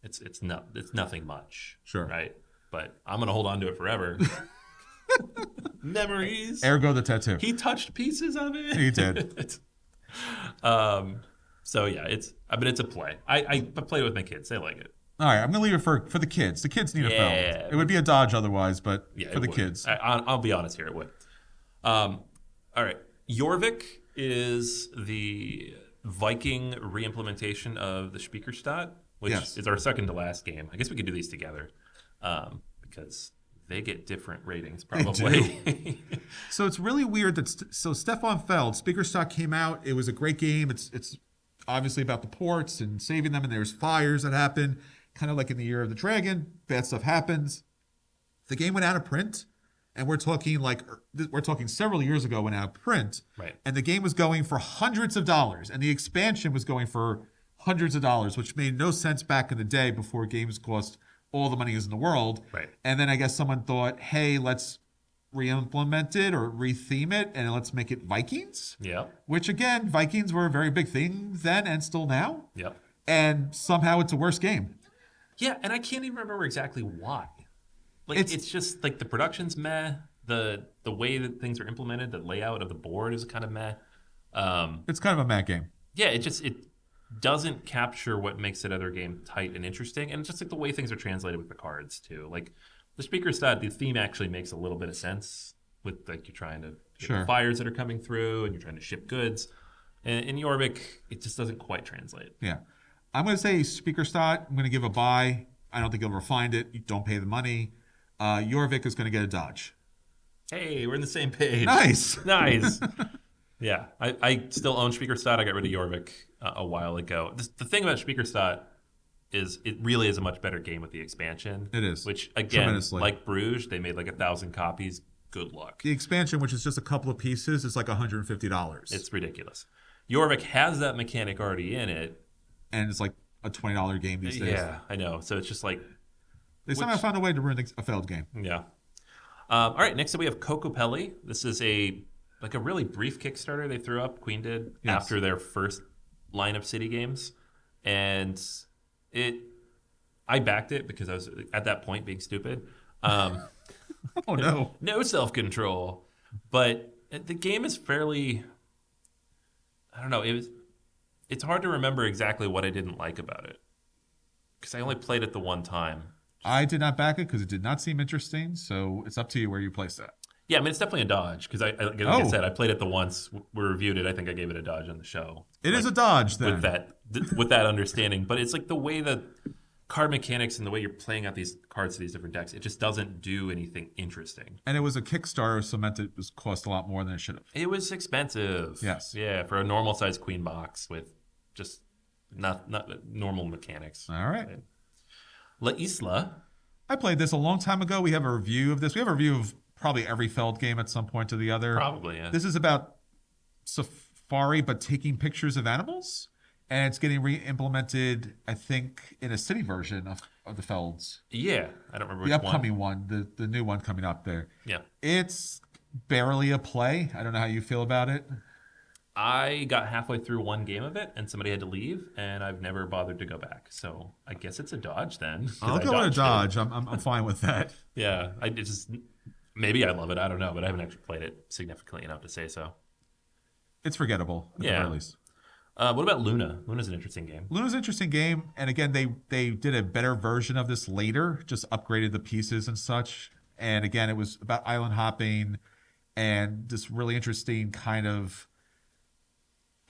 Speaker 2: it's it's not it's nothing much.
Speaker 1: Sure.
Speaker 2: right? But I'm gonna hold on to it forever. Memories.
Speaker 1: Ergo the tattoo.
Speaker 2: he touched pieces of it.
Speaker 1: He did.
Speaker 2: um, so yeah, it's I mean it's a play. I I, I play it with my kids. They like it.
Speaker 1: All right, I'm gonna leave it for for the kids. The kids need a
Speaker 2: Yeah.
Speaker 1: Feld. It would be a dodge otherwise, but
Speaker 2: Yeah,
Speaker 1: for
Speaker 2: it
Speaker 1: the
Speaker 2: would.
Speaker 1: kids.
Speaker 2: I, I'll, I'll be honest here, it would. Um, all right, Jorvik is the Viking reimplementation of the Spiekerstadt, which
Speaker 1: Yes.
Speaker 2: is our second to last game. I guess we could do these together um, because they get different ratings, probably.
Speaker 1: So it's really weird that st- so Stefan Feld, Speaker Stock came out. It was a great game. It's it's obviously about the ports and saving them, and there's fires that happen, kind of like in the Year of the Dragon. Bad stuff happens. The game went out of print, and we're talking like er, we're talking several years ago went out of print.
Speaker 2: Right.
Speaker 1: And the game was going for hundreds of dollars, and the expansion was going for hundreds of dollars, which made no sense back in the day before games cost all the money is in the world.
Speaker 2: Right.
Speaker 1: And then I guess someone thought, hey, let's re-implement it or retheme it and let's make it Vikings.
Speaker 2: yeah,
Speaker 1: Which again, Vikings were a very big thing then and still now.
Speaker 2: yep.
Speaker 1: And somehow it's a worse game.
Speaker 2: Yeah, and I can't even remember exactly why. Like
Speaker 1: It's-
Speaker 2: it's, just like the production's meh. The the way that things are implemented, the layout of the board is kind of meh. Um,
Speaker 1: It's kind of a mad game.
Speaker 2: yeah, it just it doesn't capture what makes that other game tight and interesting, and just like the way things are translated with the cards too. Like the speaker's stud, the theme actually makes a little bit of sense with like you're trying to get
Speaker 1: Sure.
Speaker 2: the fires that are coming through, and you're trying to ship goods. And in Yorvik, it just doesn't quite translate.
Speaker 1: Yeah. I'm going to say Speaker Stott. I'm going to give a buy. I don't think you'll ever find it. You don't pay the money. Uh, Jorvik is going to get a dodge.
Speaker 2: Hey, we're on the same page.
Speaker 1: Nice.
Speaker 2: nice. yeah, I, I still own Speakerstadt. I got rid of Jorvik uh, a while ago. The, the thing about Speakerstadt is it really is a much better game with the expansion.
Speaker 1: It is.
Speaker 2: Which, again,
Speaker 1: Tremendously.
Speaker 2: like Bruges, they made like a thousand copies. Good luck.
Speaker 1: The expansion, which is just a couple of pieces, is like $150.
Speaker 2: It's ridiculous. Jorvik has that mechanic already in it.
Speaker 1: and it's like a $20 game these days.
Speaker 2: Yeah, I know. So it's just like,
Speaker 1: They somehow
Speaker 2: Which-
Speaker 1: found a way to ruin a failed game.
Speaker 2: yeah. Um, all right, next up we have Coco Pelli. This is a like a really brief Kickstarter they threw up. Queen did
Speaker 1: Yes.
Speaker 2: after their first line of city games, and it I backed it because I was at that point being stupid. Um,
Speaker 1: Oh, no.
Speaker 2: no self control, but the game is fairly. I don't know. It was. It's hard to remember exactly what I didn't like about it because I only played it the one time.
Speaker 1: I did not back it because it did not seem interesting. So it's up to you where you place that.
Speaker 2: Yeah, I mean it's definitely a dodge because I, I like I
Speaker 1: Oh.
Speaker 2: said I played it the once. We reviewed it. I think I gave it a dodge on the show.
Speaker 1: It is
Speaker 2: Like,
Speaker 1: a dodge then.
Speaker 2: with that th- with that understanding, but it's like the way the card mechanics and the way you're playing out these cards to these different decks, it just doesn't do anything interesting.
Speaker 1: And it was a Kickstarter, so it meant it was cost a lot more than it should have.
Speaker 2: It was expensive.
Speaker 1: Yes.
Speaker 2: Yeah, for a normal sized queen box with just not not normal mechanics.
Speaker 1: All right.
Speaker 2: La Isla.
Speaker 1: I played this a long time ago. We have a review of this. We have a review of probably every Feld game at some point or the other.
Speaker 2: Probably, yeah.
Speaker 1: This is about safari, but taking pictures of animals. And it's getting re implemented, I think, in a city version of, of the Felds.
Speaker 2: Yeah. I don't remember
Speaker 1: The
Speaker 2: which
Speaker 1: upcoming
Speaker 2: one.
Speaker 1: one, the, the new one coming up there.
Speaker 2: Yeah.
Speaker 1: It's barely a play. I don't know how you feel about it.
Speaker 2: I got halfway through one game of it and somebody had to leave and I've never bothered to go back. So I guess it's a dodge then. 'cause
Speaker 1: I'll
Speaker 2: I
Speaker 1: go with a
Speaker 2: dodged it.
Speaker 1: dodge. I'm, I'm, I'm fine with that.
Speaker 2: Yeah, I it just maybe I love it. I don't know, but I haven't actually played it significantly enough to say so.
Speaker 1: It's forgettable at the
Speaker 2: Yeah.
Speaker 1: very least.
Speaker 2: Uh, what about Luna? Luna's an interesting game.
Speaker 1: Luna's an interesting game, and again, they they did a better version of this later, just upgraded the pieces and such. And again, it was about island hopping, and this really interesting kind of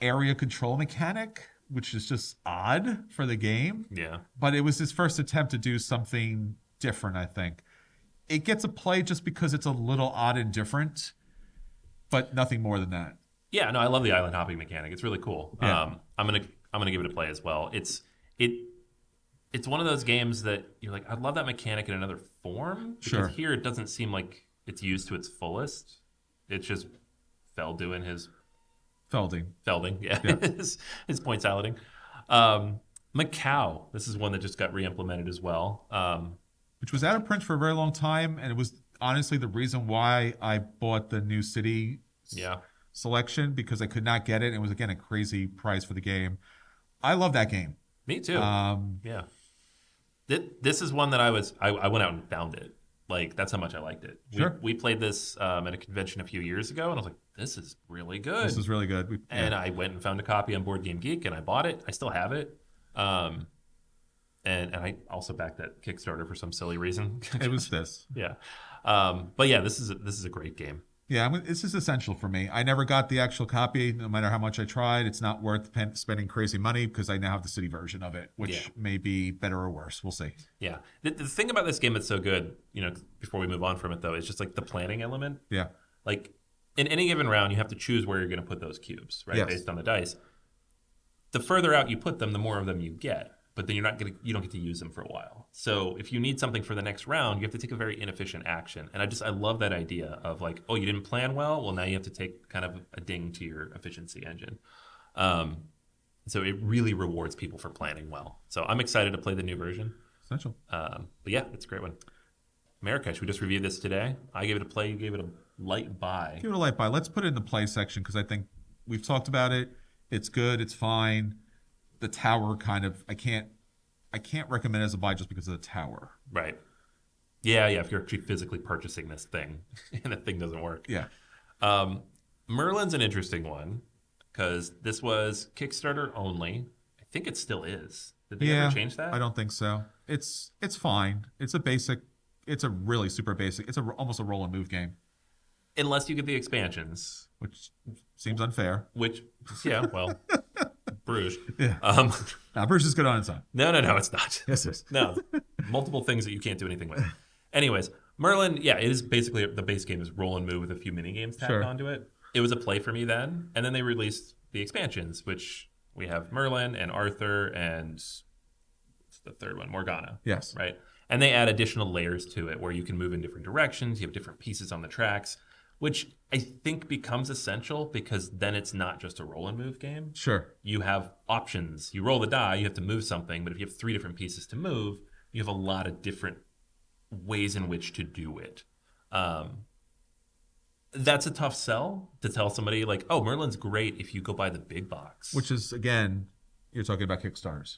Speaker 1: area control mechanic, which is just odd for the game.
Speaker 2: Yeah.
Speaker 1: But it was his first attempt to do something different, I think. It gets a play just because it's a little odd and different, but nothing more than that.
Speaker 2: Yeah, no, I love the island hopping mechanic. It's really cool.
Speaker 1: Yeah.
Speaker 2: Um, I'm gonna I'm gonna give it a play as well. It's it it's one of those games that you're like, I'd love that mechanic in another form. Because
Speaker 1: Sure.
Speaker 2: Here, it doesn't seem like it's used to its fullest. It's just fell doing his
Speaker 1: Felding.
Speaker 2: Felding, yeah, his, his point salading. Um, Macau, this is one that just got re-implemented as well. Um,
Speaker 1: which was out of print for a very long time, and it was honestly the reason why I bought the new city s-
Speaker 2: yeah,
Speaker 1: selection because I could not get it. It was again a crazy price for the game. I love that game.
Speaker 2: me too.
Speaker 1: Um,
Speaker 2: yeah, Th- this is one that I was I, I went out and found it. Like that's how much I liked it.
Speaker 1: Sure.
Speaker 2: We, we played this um, at a convention a few years ago, and I was like, this is really good.
Speaker 1: this is really good. We,
Speaker 2: and
Speaker 1: yeah.
Speaker 2: I went and found a copy on Board Game Geek, and I bought it. I still have it. Um, and, and I also backed that Kickstarter for some silly reason.
Speaker 1: it was this.
Speaker 2: yeah, um, but yeah, this is a, this is a great game.
Speaker 1: Yeah, I mean, this is essential for me. I never got the actual copy, no matter how much I tried. It's not worth pen- spending crazy money because I now have the city version of it, which
Speaker 2: Yeah.
Speaker 1: may be better or worse. We'll see.
Speaker 2: Yeah. The, the thing about this game that's so good, you know, before we move on from it though, is just like the planning element.
Speaker 1: Yeah,
Speaker 2: Like in any given round, you have to choose where you're going to put those cubes, right?
Speaker 1: Yes.
Speaker 2: Based on the dice. The further out you put them, the more of them you get, but then you're not going to you don't get to use them for a while. So if you need something for the next round, you have to take a very inefficient action. And I just I love that idea of like, oh, you didn't plan well, well now you have to take kind of a ding to your efficiency engine. Um, so it really rewards people for planning well. So I'm excited to play the new version.
Speaker 1: essential.
Speaker 2: Um, but yeah, it's a great one. Marrakesh, we just reviewed this today. I gave it a play. You gave it a light buy.
Speaker 1: Give it a light by. Let's put it in the play section because I think we've talked about it. It's good. It's fine. The tower kind of I can't I can't recommend it as a buy just because of the tower.
Speaker 2: Right. Yeah, yeah. If you're actually physically purchasing this thing and the thing doesn't work.
Speaker 1: Yeah.
Speaker 2: Um, Merlin's an interesting one because this was Kickstarter only. I think it still is. Did they
Speaker 1: yeah.
Speaker 2: ever change that?
Speaker 1: I don't think so. It's it's fine. It's a basic. It's a really super basic. It's a almost a roll and move game,
Speaker 2: Unless you get the expansions,
Speaker 1: which seems unfair.
Speaker 2: which, yeah, well, Bruges.
Speaker 1: Yeah.
Speaker 2: Um,
Speaker 1: Now Bruce is good on its own.
Speaker 2: no, no, no, it's not.
Speaker 1: Yes, yes.
Speaker 2: No, multiple things that you can't do anything with. Anyways, Merlin, yeah, it is basically the base game is roll and move with a few mini games tacked
Speaker 1: Sure.
Speaker 2: onto it. It was a play for me then, and then they released the expansions, which we have Merlin and Arthur and what's the third one, Morgana,
Speaker 1: Yes.
Speaker 2: right? And they add additional layers to it where you can move in different directions. You have different pieces on the tracks, which I think becomes essential because then it's not just a roll and move game
Speaker 1: Sure.
Speaker 2: you have options. You roll the die, you have to move something, but if you have three different pieces to move, you have a lot of different ways in which to do it. Um, that's a tough sell to tell somebody like, "Oh, Merlin's great if you go buy the big box."
Speaker 1: Which is again, you're talking about Kickstarters.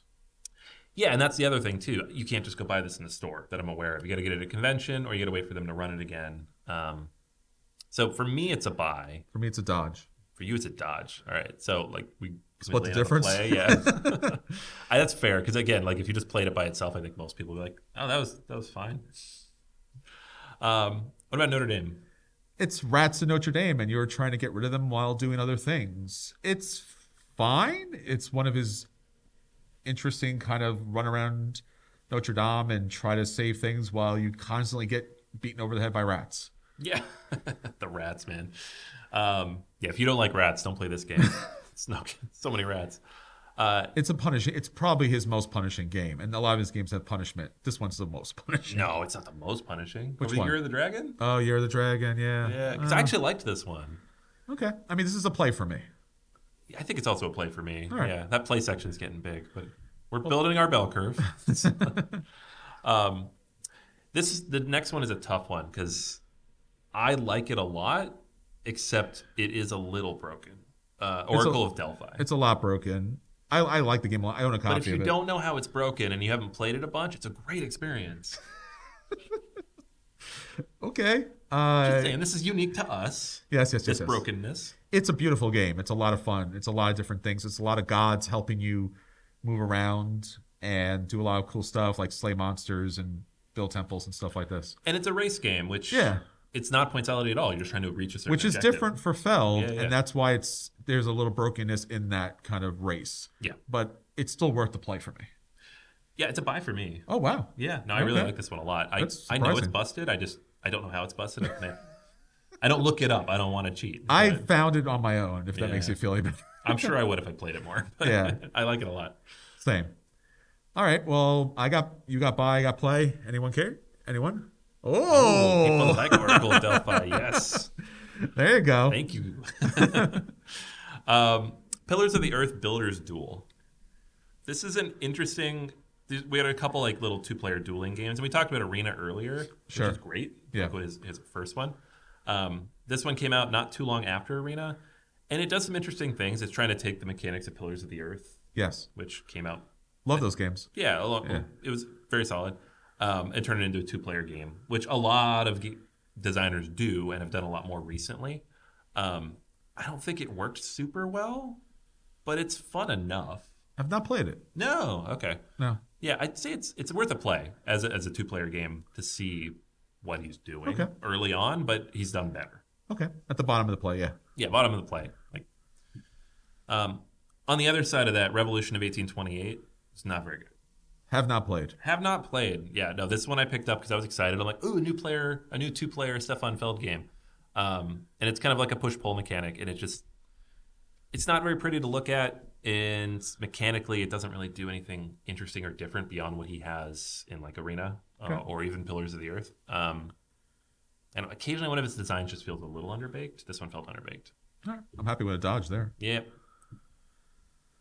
Speaker 2: yeah, and that's the other thing too. You can't just go buy this in the store that I'm aware of. You got to get it at a convention, or you got to wait for them to run it again. Um, so for me, it's a buy.
Speaker 1: For me, it's a dodge.
Speaker 2: for you it's a dodge all right so like we
Speaker 1: Split
Speaker 2: we
Speaker 1: the
Speaker 2: lay down
Speaker 1: difference?
Speaker 2: play, yeah I, that's fair because again like if you just played it by itself i think most people would be like oh that was that was fine um what about notre dame
Speaker 1: it's rats in Notre Dame, and you're trying to get rid of them while doing other things. It's fine. It's one of his interesting kind of run around Notre Dame and try to save things while you constantly get beaten over the head by rats.
Speaker 2: yeah the rats man um yeah if you don't like rats don't play this game it's not so many rats uh
Speaker 1: It's a punishing. It's probably his most punishing game, and a lot of his games have punishment. This one's the most punishing.
Speaker 2: no it's not the most punishing
Speaker 1: Which
Speaker 2: Over the
Speaker 1: one? Uh.
Speaker 2: year of the dragon
Speaker 1: Oh, you're the dragon. Yeah.
Speaker 2: yeah because i actually liked this one
Speaker 1: Okay. I mean, this is a play for me.
Speaker 2: I think it's also a play for me.
Speaker 1: All right.
Speaker 2: Yeah, that play section's getting big, but we're building our bell curve. um, this is the next one is a tough one because I like it a lot, except it is a little broken. Uh,
Speaker 1: a-
Speaker 2: Oracle of Delphi.
Speaker 1: It's a lot broken. I, I like the game a lot. I own a copy
Speaker 2: But if you
Speaker 1: of it.
Speaker 2: don't know how it's broken and you haven't played it a bunch, it's a great experience.
Speaker 1: okay. Uh,
Speaker 2: Just saying, this is unique to us.
Speaker 1: Yes, yes, yes,
Speaker 2: This
Speaker 1: yes.
Speaker 2: brokenness.
Speaker 1: it's a beautiful game. It's a lot of fun. It's a lot of different things. It's a lot of gods helping you move around and do a lot of cool stuff like slay monsters and build temples and stuff like this.
Speaker 2: And it's a race game, which
Speaker 1: Yeah.
Speaker 2: it's not pointality at all. You're just trying to reach a certain
Speaker 1: Which is
Speaker 2: objective.
Speaker 1: different for Feld,
Speaker 2: Yeah, yeah.
Speaker 1: and that's why it's there's a little brokenness in that kind of race.
Speaker 2: Yeah.
Speaker 1: But it's still worth the play for me.
Speaker 2: Yeah, it's a buy for me.
Speaker 1: Oh wow.
Speaker 2: Yeah, no, I really
Speaker 1: Okay.
Speaker 2: like this one a lot. I,
Speaker 1: That's
Speaker 2: I know it's
Speaker 1: surprising.
Speaker 2: busted. I just I don't know how it's busted. I, I don't look it up. I don't want to cheat.
Speaker 1: I
Speaker 2: but
Speaker 1: found it on my own, if that makes
Speaker 2: Yeah.
Speaker 1: you feel any better.
Speaker 2: I'm sure I would if I played it more. But
Speaker 1: Yeah.
Speaker 2: I like it a lot.
Speaker 1: Same. All right. Well, I got you got buy, I got play. Anyone care? Anyone?
Speaker 2: People
Speaker 1: Oh,
Speaker 2: like Oracle of Delphi. Yes,
Speaker 1: there you go.
Speaker 2: thank you. um, Pillars of the Earth Builders Duel. This is an interesting. th- We had a couple like little two-player dueling games, and we talked about Arena earlier,
Speaker 1: Sure.
Speaker 2: which is great.
Speaker 1: Yeah.
Speaker 2: Like, what his, his first one. Um, this one came out not too long after Arena, and it does some interesting things. It's trying to take the mechanics of Pillars of the Earth,
Speaker 1: Yes.
Speaker 2: which came out
Speaker 1: Love those games.
Speaker 2: Yeah, a lot, it was very solid. Um, and turned it into a two-player game, which a lot of ge- designers do and have done a lot more recently. Um, I don't think it worked super well, but it's fun enough.
Speaker 1: I've not played it.
Speaker 2: No, okay,
Speaker 1: No.
Speaker 2: yeah, I'd say it's it's worth a play as a, as a two-player game to see what he's doing
Speaker 1: Okay.
Speaker 2: early on, but he's done better.
Speaker 1: Okay. At the bottom of the play, yeah.
Speaker 2: Yeah, bottom of the play. Like, um, on the other side of that, Revolution of eighteen twenty-eight is not very good.
Speaker 1: Have not played.
Speaker 2: Have not played. Yeah, no, this one I picked up because I was excited. I'm like, ooh, a new player, a new two player Stefan Feld game. Um, and it's kind of like a push pull mechanic, and it just, it's not very pretty to look at. And mechanically, it doesn't really do anything interesting or different beyond what he has in like Arena uh,
Speaker 1: Okay.
Speaker 2: or even Pillars of the Earth. Um, and occasionally, one of his designs just feels a little underbaked. This one felt underbaked.
Speaker 1: All right. I'm happy with a dodge there.
Speaker 2: Yep.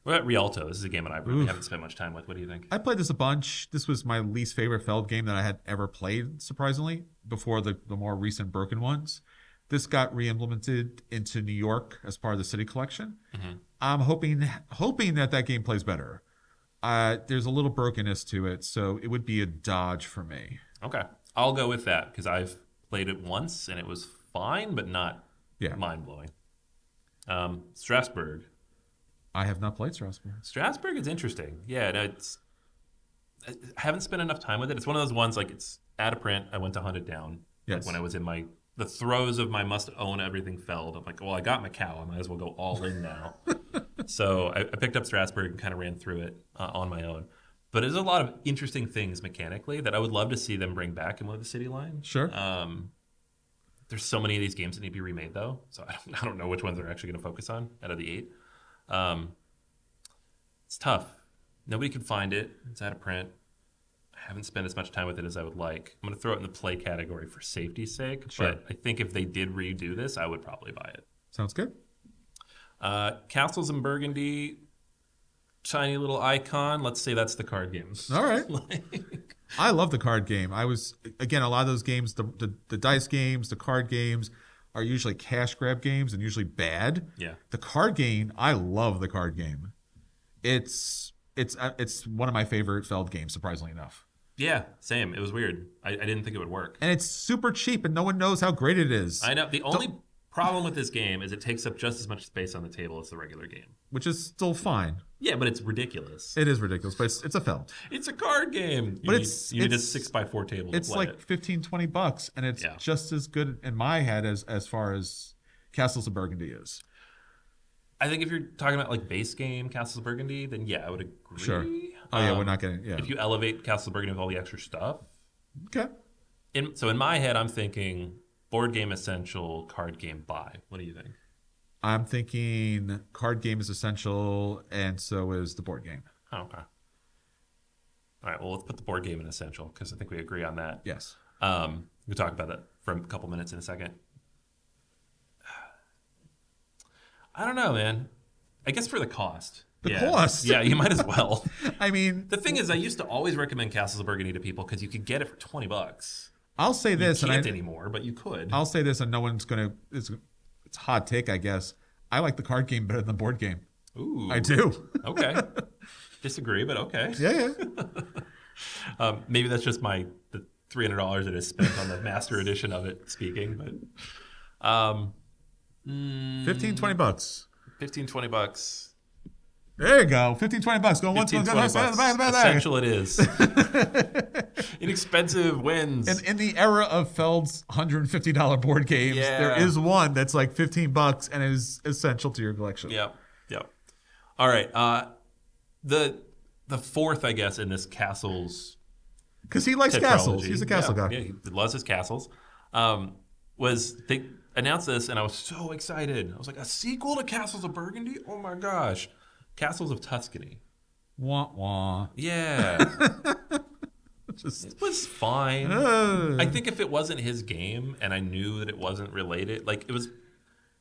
Speaker 2: What about Rialto? This is a game that I really
Speaker 1: Oof.
Speaker 2: haven't spent much time with. What do you think?
Speaker 1: I played this a bunch. This was my least favorite Feld game that I had ever played, surprisingly, before the, the more recent broken ones. This got re implemented into New York as part of the city collection. I'm hoping hoping that that game plays better. Uh, there's a little brokenness to it, so it would be a dodge for me.
Speaker 2: Okay. I'll go with that because I've played it once and it was fine, but not
Speaker 1: Yeah.
Speaker 2: mind blowing. Um, Strasbourg.
Speaker 1: I have not played Strasbourg.
Speaker 2: Strasbourg is interesting. Yeah, no, it's. I I haven't spent enough time with it. It's one of those ones like it's out of print. I went to hunt it down.
Speaker 1: Yes.
Speaker 2: Like when I was in my the throes of my must own everything felled. I'm like, well, I got Macau. I might as well go all in now. so I, I picked up Strasbourg and kind of ran through it uh, on my own. But there's a lot of interesting things mechanically that I would love to see them bring back in one of the city lines.
Speaker 1: Sure.
Speaker 2: Um, there's so many of these games that need to be remade though, so I don't, I don't know which ones they're actually going to focus on out of the eight. Um, it's tough. Nobody can find it. It's out of print. I haven't spent as much time with it as I would like. I'm going to throw it in the play category for safety's sake,
Speaker 1: Sure.
Speaker 2: but I think if they did redo this, I would probably buy it.
Speaker 1: Sounds good.
Speaker 2: Uh, Castles in Burgundy, tiny little icon. Let's say that's the card game.
Speaker 1: All right. I love the card game. I was again a lot of those games, the, the the dice games, the card games, are usually cash grab games and usually bad.
Speaker 2: Yeah.
Speaker 1: The card game, I love the card game. It's it's uh, it's one of my favorite Feld games, surprisingly enough.
Speaker 2: Yeah, same. It was weird. I, I didn't think it would work.
Speaker 1: And it's super cheap, and no one knows how great it is,
Speaker 2: I know. The only problem with this game is it takes up just as much space on the table as the regular game.
Speaker 1: which is still fine.
Speaker 2: Yeah, but it's ridiculous.
Speaker 1: It is ridiculous, but it's, it's a Feld.
Speaker 2: It's a card game. You
Speaker 1: But
Speaker 2: need,
Speaker 1: it's-
Speaker 2: you need a
Speaker 1: it's-
Speaker 2: six by four table.
Speaker 1: It's
Speaker 2: to play
Speaker 1: like
Speaker 2: it.
Speaker 1: fifteen twenty 15, 20 bucks, and it's
Speaker 2: Yeah.
Speaker 1: just as good in my head as as far as Castles of Burgundy is.
Speaker 2: I think if you're talking about like base game Castles of Burgundy, then yeah, I would agree.
Speaker 1: Sure. Oh yeah, we're
Speaker 2: Um,
Speaker 1: not getting yeah.
Speaker 2: If you elevate Castles of Burgundy with all the extra stuff,
Speaker 1: okay.
Speaker 2: in, so in my head, I'm thinking board game essential, card game buy. What do you think?
Speaker 1: I'm thinking card game is essential, and so is the board game.
Speaker 2: Oh, okay. All right. Well, let's put the board game in essential because I think we agree on that.
Speaker 1: Yes.
Speaker 2: Um, we'll talk about that for a couple minutes in a second. I don't know, man. I guess for the cost.
Speaker 1: The
Speaker 2: yeah.
Speaker 1: cost?
Speaker 2: Yeah, you might as well.
Speaker 1: I mean,
Speaker 2: the thing is, I used to always recommend Castles of Burgundy to people because you could get it for twenty bucks.
Speaker 1: I'll say
Speaker 2: You
Speaker 1: this, and I,
Speaker 2: can't anymore, but you could.
Speaker 1: I'll say this, and no one's gonna. It's, it's a hot take, I guess. I like the card game better than the board game.
Speaker 2: Ooh,
Speaker 1: I do.
Speaker 2: okay. Disagree, but okay.
Speaker 1: yeah, yeah.
Speaker 2: Um, maybe that's just my the three hundred dollars it is spent on the master edition of it. Speaking, but um, Mm.
Speaker 1: 15, 20 bucks.
Speaker 2: 15, 20 bucks.
Speaker 1: There you go. 15, 20 bucks. Going once,
Speaker 2: 15,
Speaker 1: going
Speaker 2: 20
Speaker 1: twice.
Speaker 2: bucks.
Speaker 1: back, back, back.
Speaker 2: Essential it is. Inexpensive wins.
Speaker 1: And in the era of Feld's $150 board games,
Speaker 2: Yeah.
Speaker 1: there is one that's like 15 bucks and is essential to your collection.
Speaker 2: Yep. Yep. All right. Uh, the the fourth, I guess, in this castles
Speaker 1: Because he likes castles.
Speaker 2: tetralogy-
Speaker 1: He's a castle
Speaker 2: yeah,
Speaker 1: guy.
Speaker 2: Yeah, he loves his castles. Um, was they announced this, and I was so excited. I was like, a sequel to Castles of Burgundy? Oh my gosh, Castles of Tuscany.
Speaker 1: Wah, wah.
Speaker 2: Yeah,
Speaker 1: Just-
Speaker 2: it was fine.
Speaker 1: Uh,
Speaker 2: I think if it wasn't his game and I knew that it wasn't related, like it was,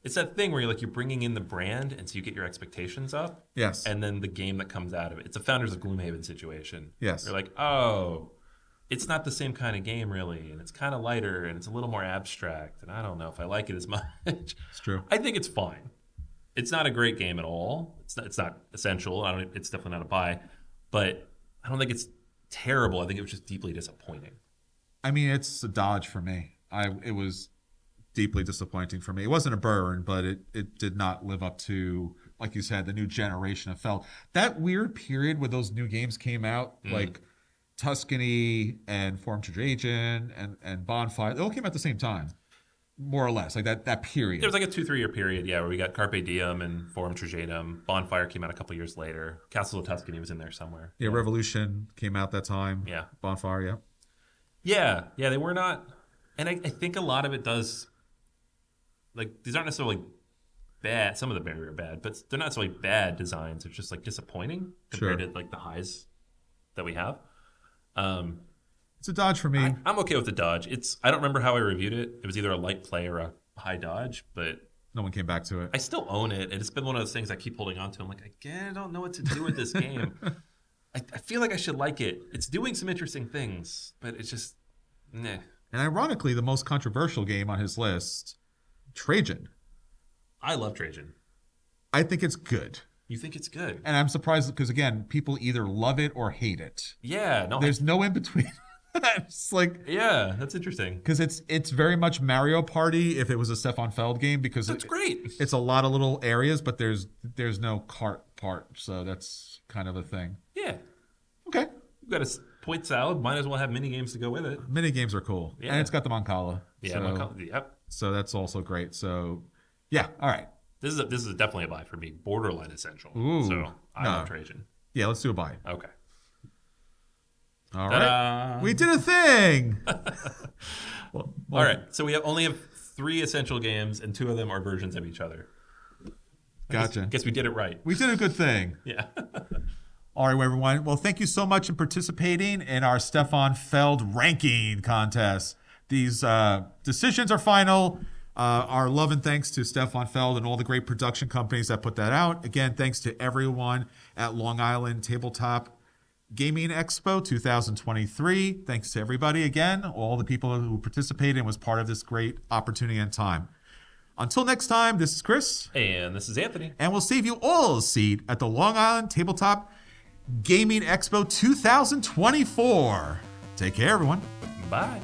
Speaker 2: it's that thing where you're like you're bringing in the brand and so you get your expectations up.
Speaker 1: Yes.
Speaker 2: And then the game that comes out of it, it's a Founders of Gloomhaven situation.
Speaker 1: Yes.
Speaker 2: You're like, oh, it's not the same kind of game really, and it's kind of lighter and it's a little more abstract, and I don't know if I like it as much. It's
Speaker 1: true.
Speaker 2: I think it's fine. It's not a great game at all. It's not, it's not essential. I don't. It's definitely not a buy, but I don't think it's terrible. I think it was just deeply disappointing.
Speaker 1: I mean, it's a dodge for me. I It was deeply disappointing for me. It wasn't a burn, but it, it did not live up to, like you said, the new generation of Feld. That weird period where those new games came out,
Speaker 2: Mm.
Speaker 1: like Tuscany and Form Trajan and, and Bonfire, they all came out at the same time, more or less, like that, that period.
Speaker 2: There was like a two, three year period, yeah, where we got Carpe Diem and Forum Trajanum. Bonfire came out a couple years later. Castle of Tuscany was in there somewhere.
Speaker 1: Yeah, Revolution came out that time.
Speaker 2: Yeah.
Speaker 1: Bonfire, yeah.
Speaker 2: Yeah, yeah, they were not. And I, I think a lot of it does, like, these aren't necessarily bad. Some of the very are bad, but they're not necessarily bad designs. They're just like disappointing compared
Speaker 1: Sure.
Speaker 2: to like the highs that we have. Um,
Speaker 1: It's a dodge for me.
Speaker 2: I, I'm okay with the dodge. It's I don't remember how I reviewed it. It was either a light play or a high dodge, but
Speaker 1: no one came back to it.
Speaker 2: I still own it, and it's been one of those things I keep holding on to. I'm like, I again, I don't know what to do with this game. I, I feel like I should like it. It's doing some interesting things, but it's just, nah.
Speaker 1: and ironically, the most controversial game on his list, Trajan.
Speaker 2: I love Trajan.
Speaker 1: I think it's good.
Speaker 2: You think it's good?
Speaker 1: And I'm surprised because, again, people either love it or hate it.
Speaker 2: Yeah, no, I-
Speaker 1: There's no in between. it's like,
Speaker 2: yeah, that's interesting.
Speaker 1: because it's it's very much Mario Party if it was a Stefan Feld game because
Speaker 2: That's
Speaker 1: it-
Speaker 2: great.
Speaker 1: it's a lot of little areas, but there's there's no cart part, so that's kind of a thing.
Speaker 2: Yeah,
Speaker 1: Okay,
Speaker 2: you got a s- point salad. Might as well have mini games to go with it.
Speaker 1: mini games are cool,
Speaker 2: Yeah.
Speaker 1: and it's got the Moncala.
Speaker 2: Yeah,
Speaker 1: so-
Speaker 2: my co- yep.
Speaker 1: So that's also great. So, yeah, all right.
Speaker 2: This is a, this is definitely a buy for me. Borderline essential.
Speaker 1: Ooh,
Speaker 2: so I
Speaker 1: no.
Speaker 2: love Trajan.
Speaker 1: Yeah, let's do a buy.
Speaker 2: Okay. Uh,
Speaker 1: All right.
Speaker 2: Ta-da.
Speaker 1: We did a thing. Well,
Speaker 2: All right. So we have only have three essential games, and two of them are versions of each other.
Speaker 1: Gotcha.
Speaker 2: Guess we did it right.
Speaker 1: We did a good thing.
Speaker 2: Yeah.
Speaker 1: All right, everyone. Well, thank you so much in participating in our Stefan Feld ranking contest. These uh, decisions are final. Uh, our love and thanks to Stefan Feld and all the great production companies that put that out. Again, thanks to everyone at Long Island Tabletop Gaming Expo 2023. Thanks to everybody again, all the people who participated and was part of this great opportunity and time. Until next time, this is Chris
Speaker 2: And this is Anthony.
Speaker 1: and we'll save you all a seat at the Long Island Tabletop Gaming Expo 2024. Take care, everyone.
Speaker 2: Bye.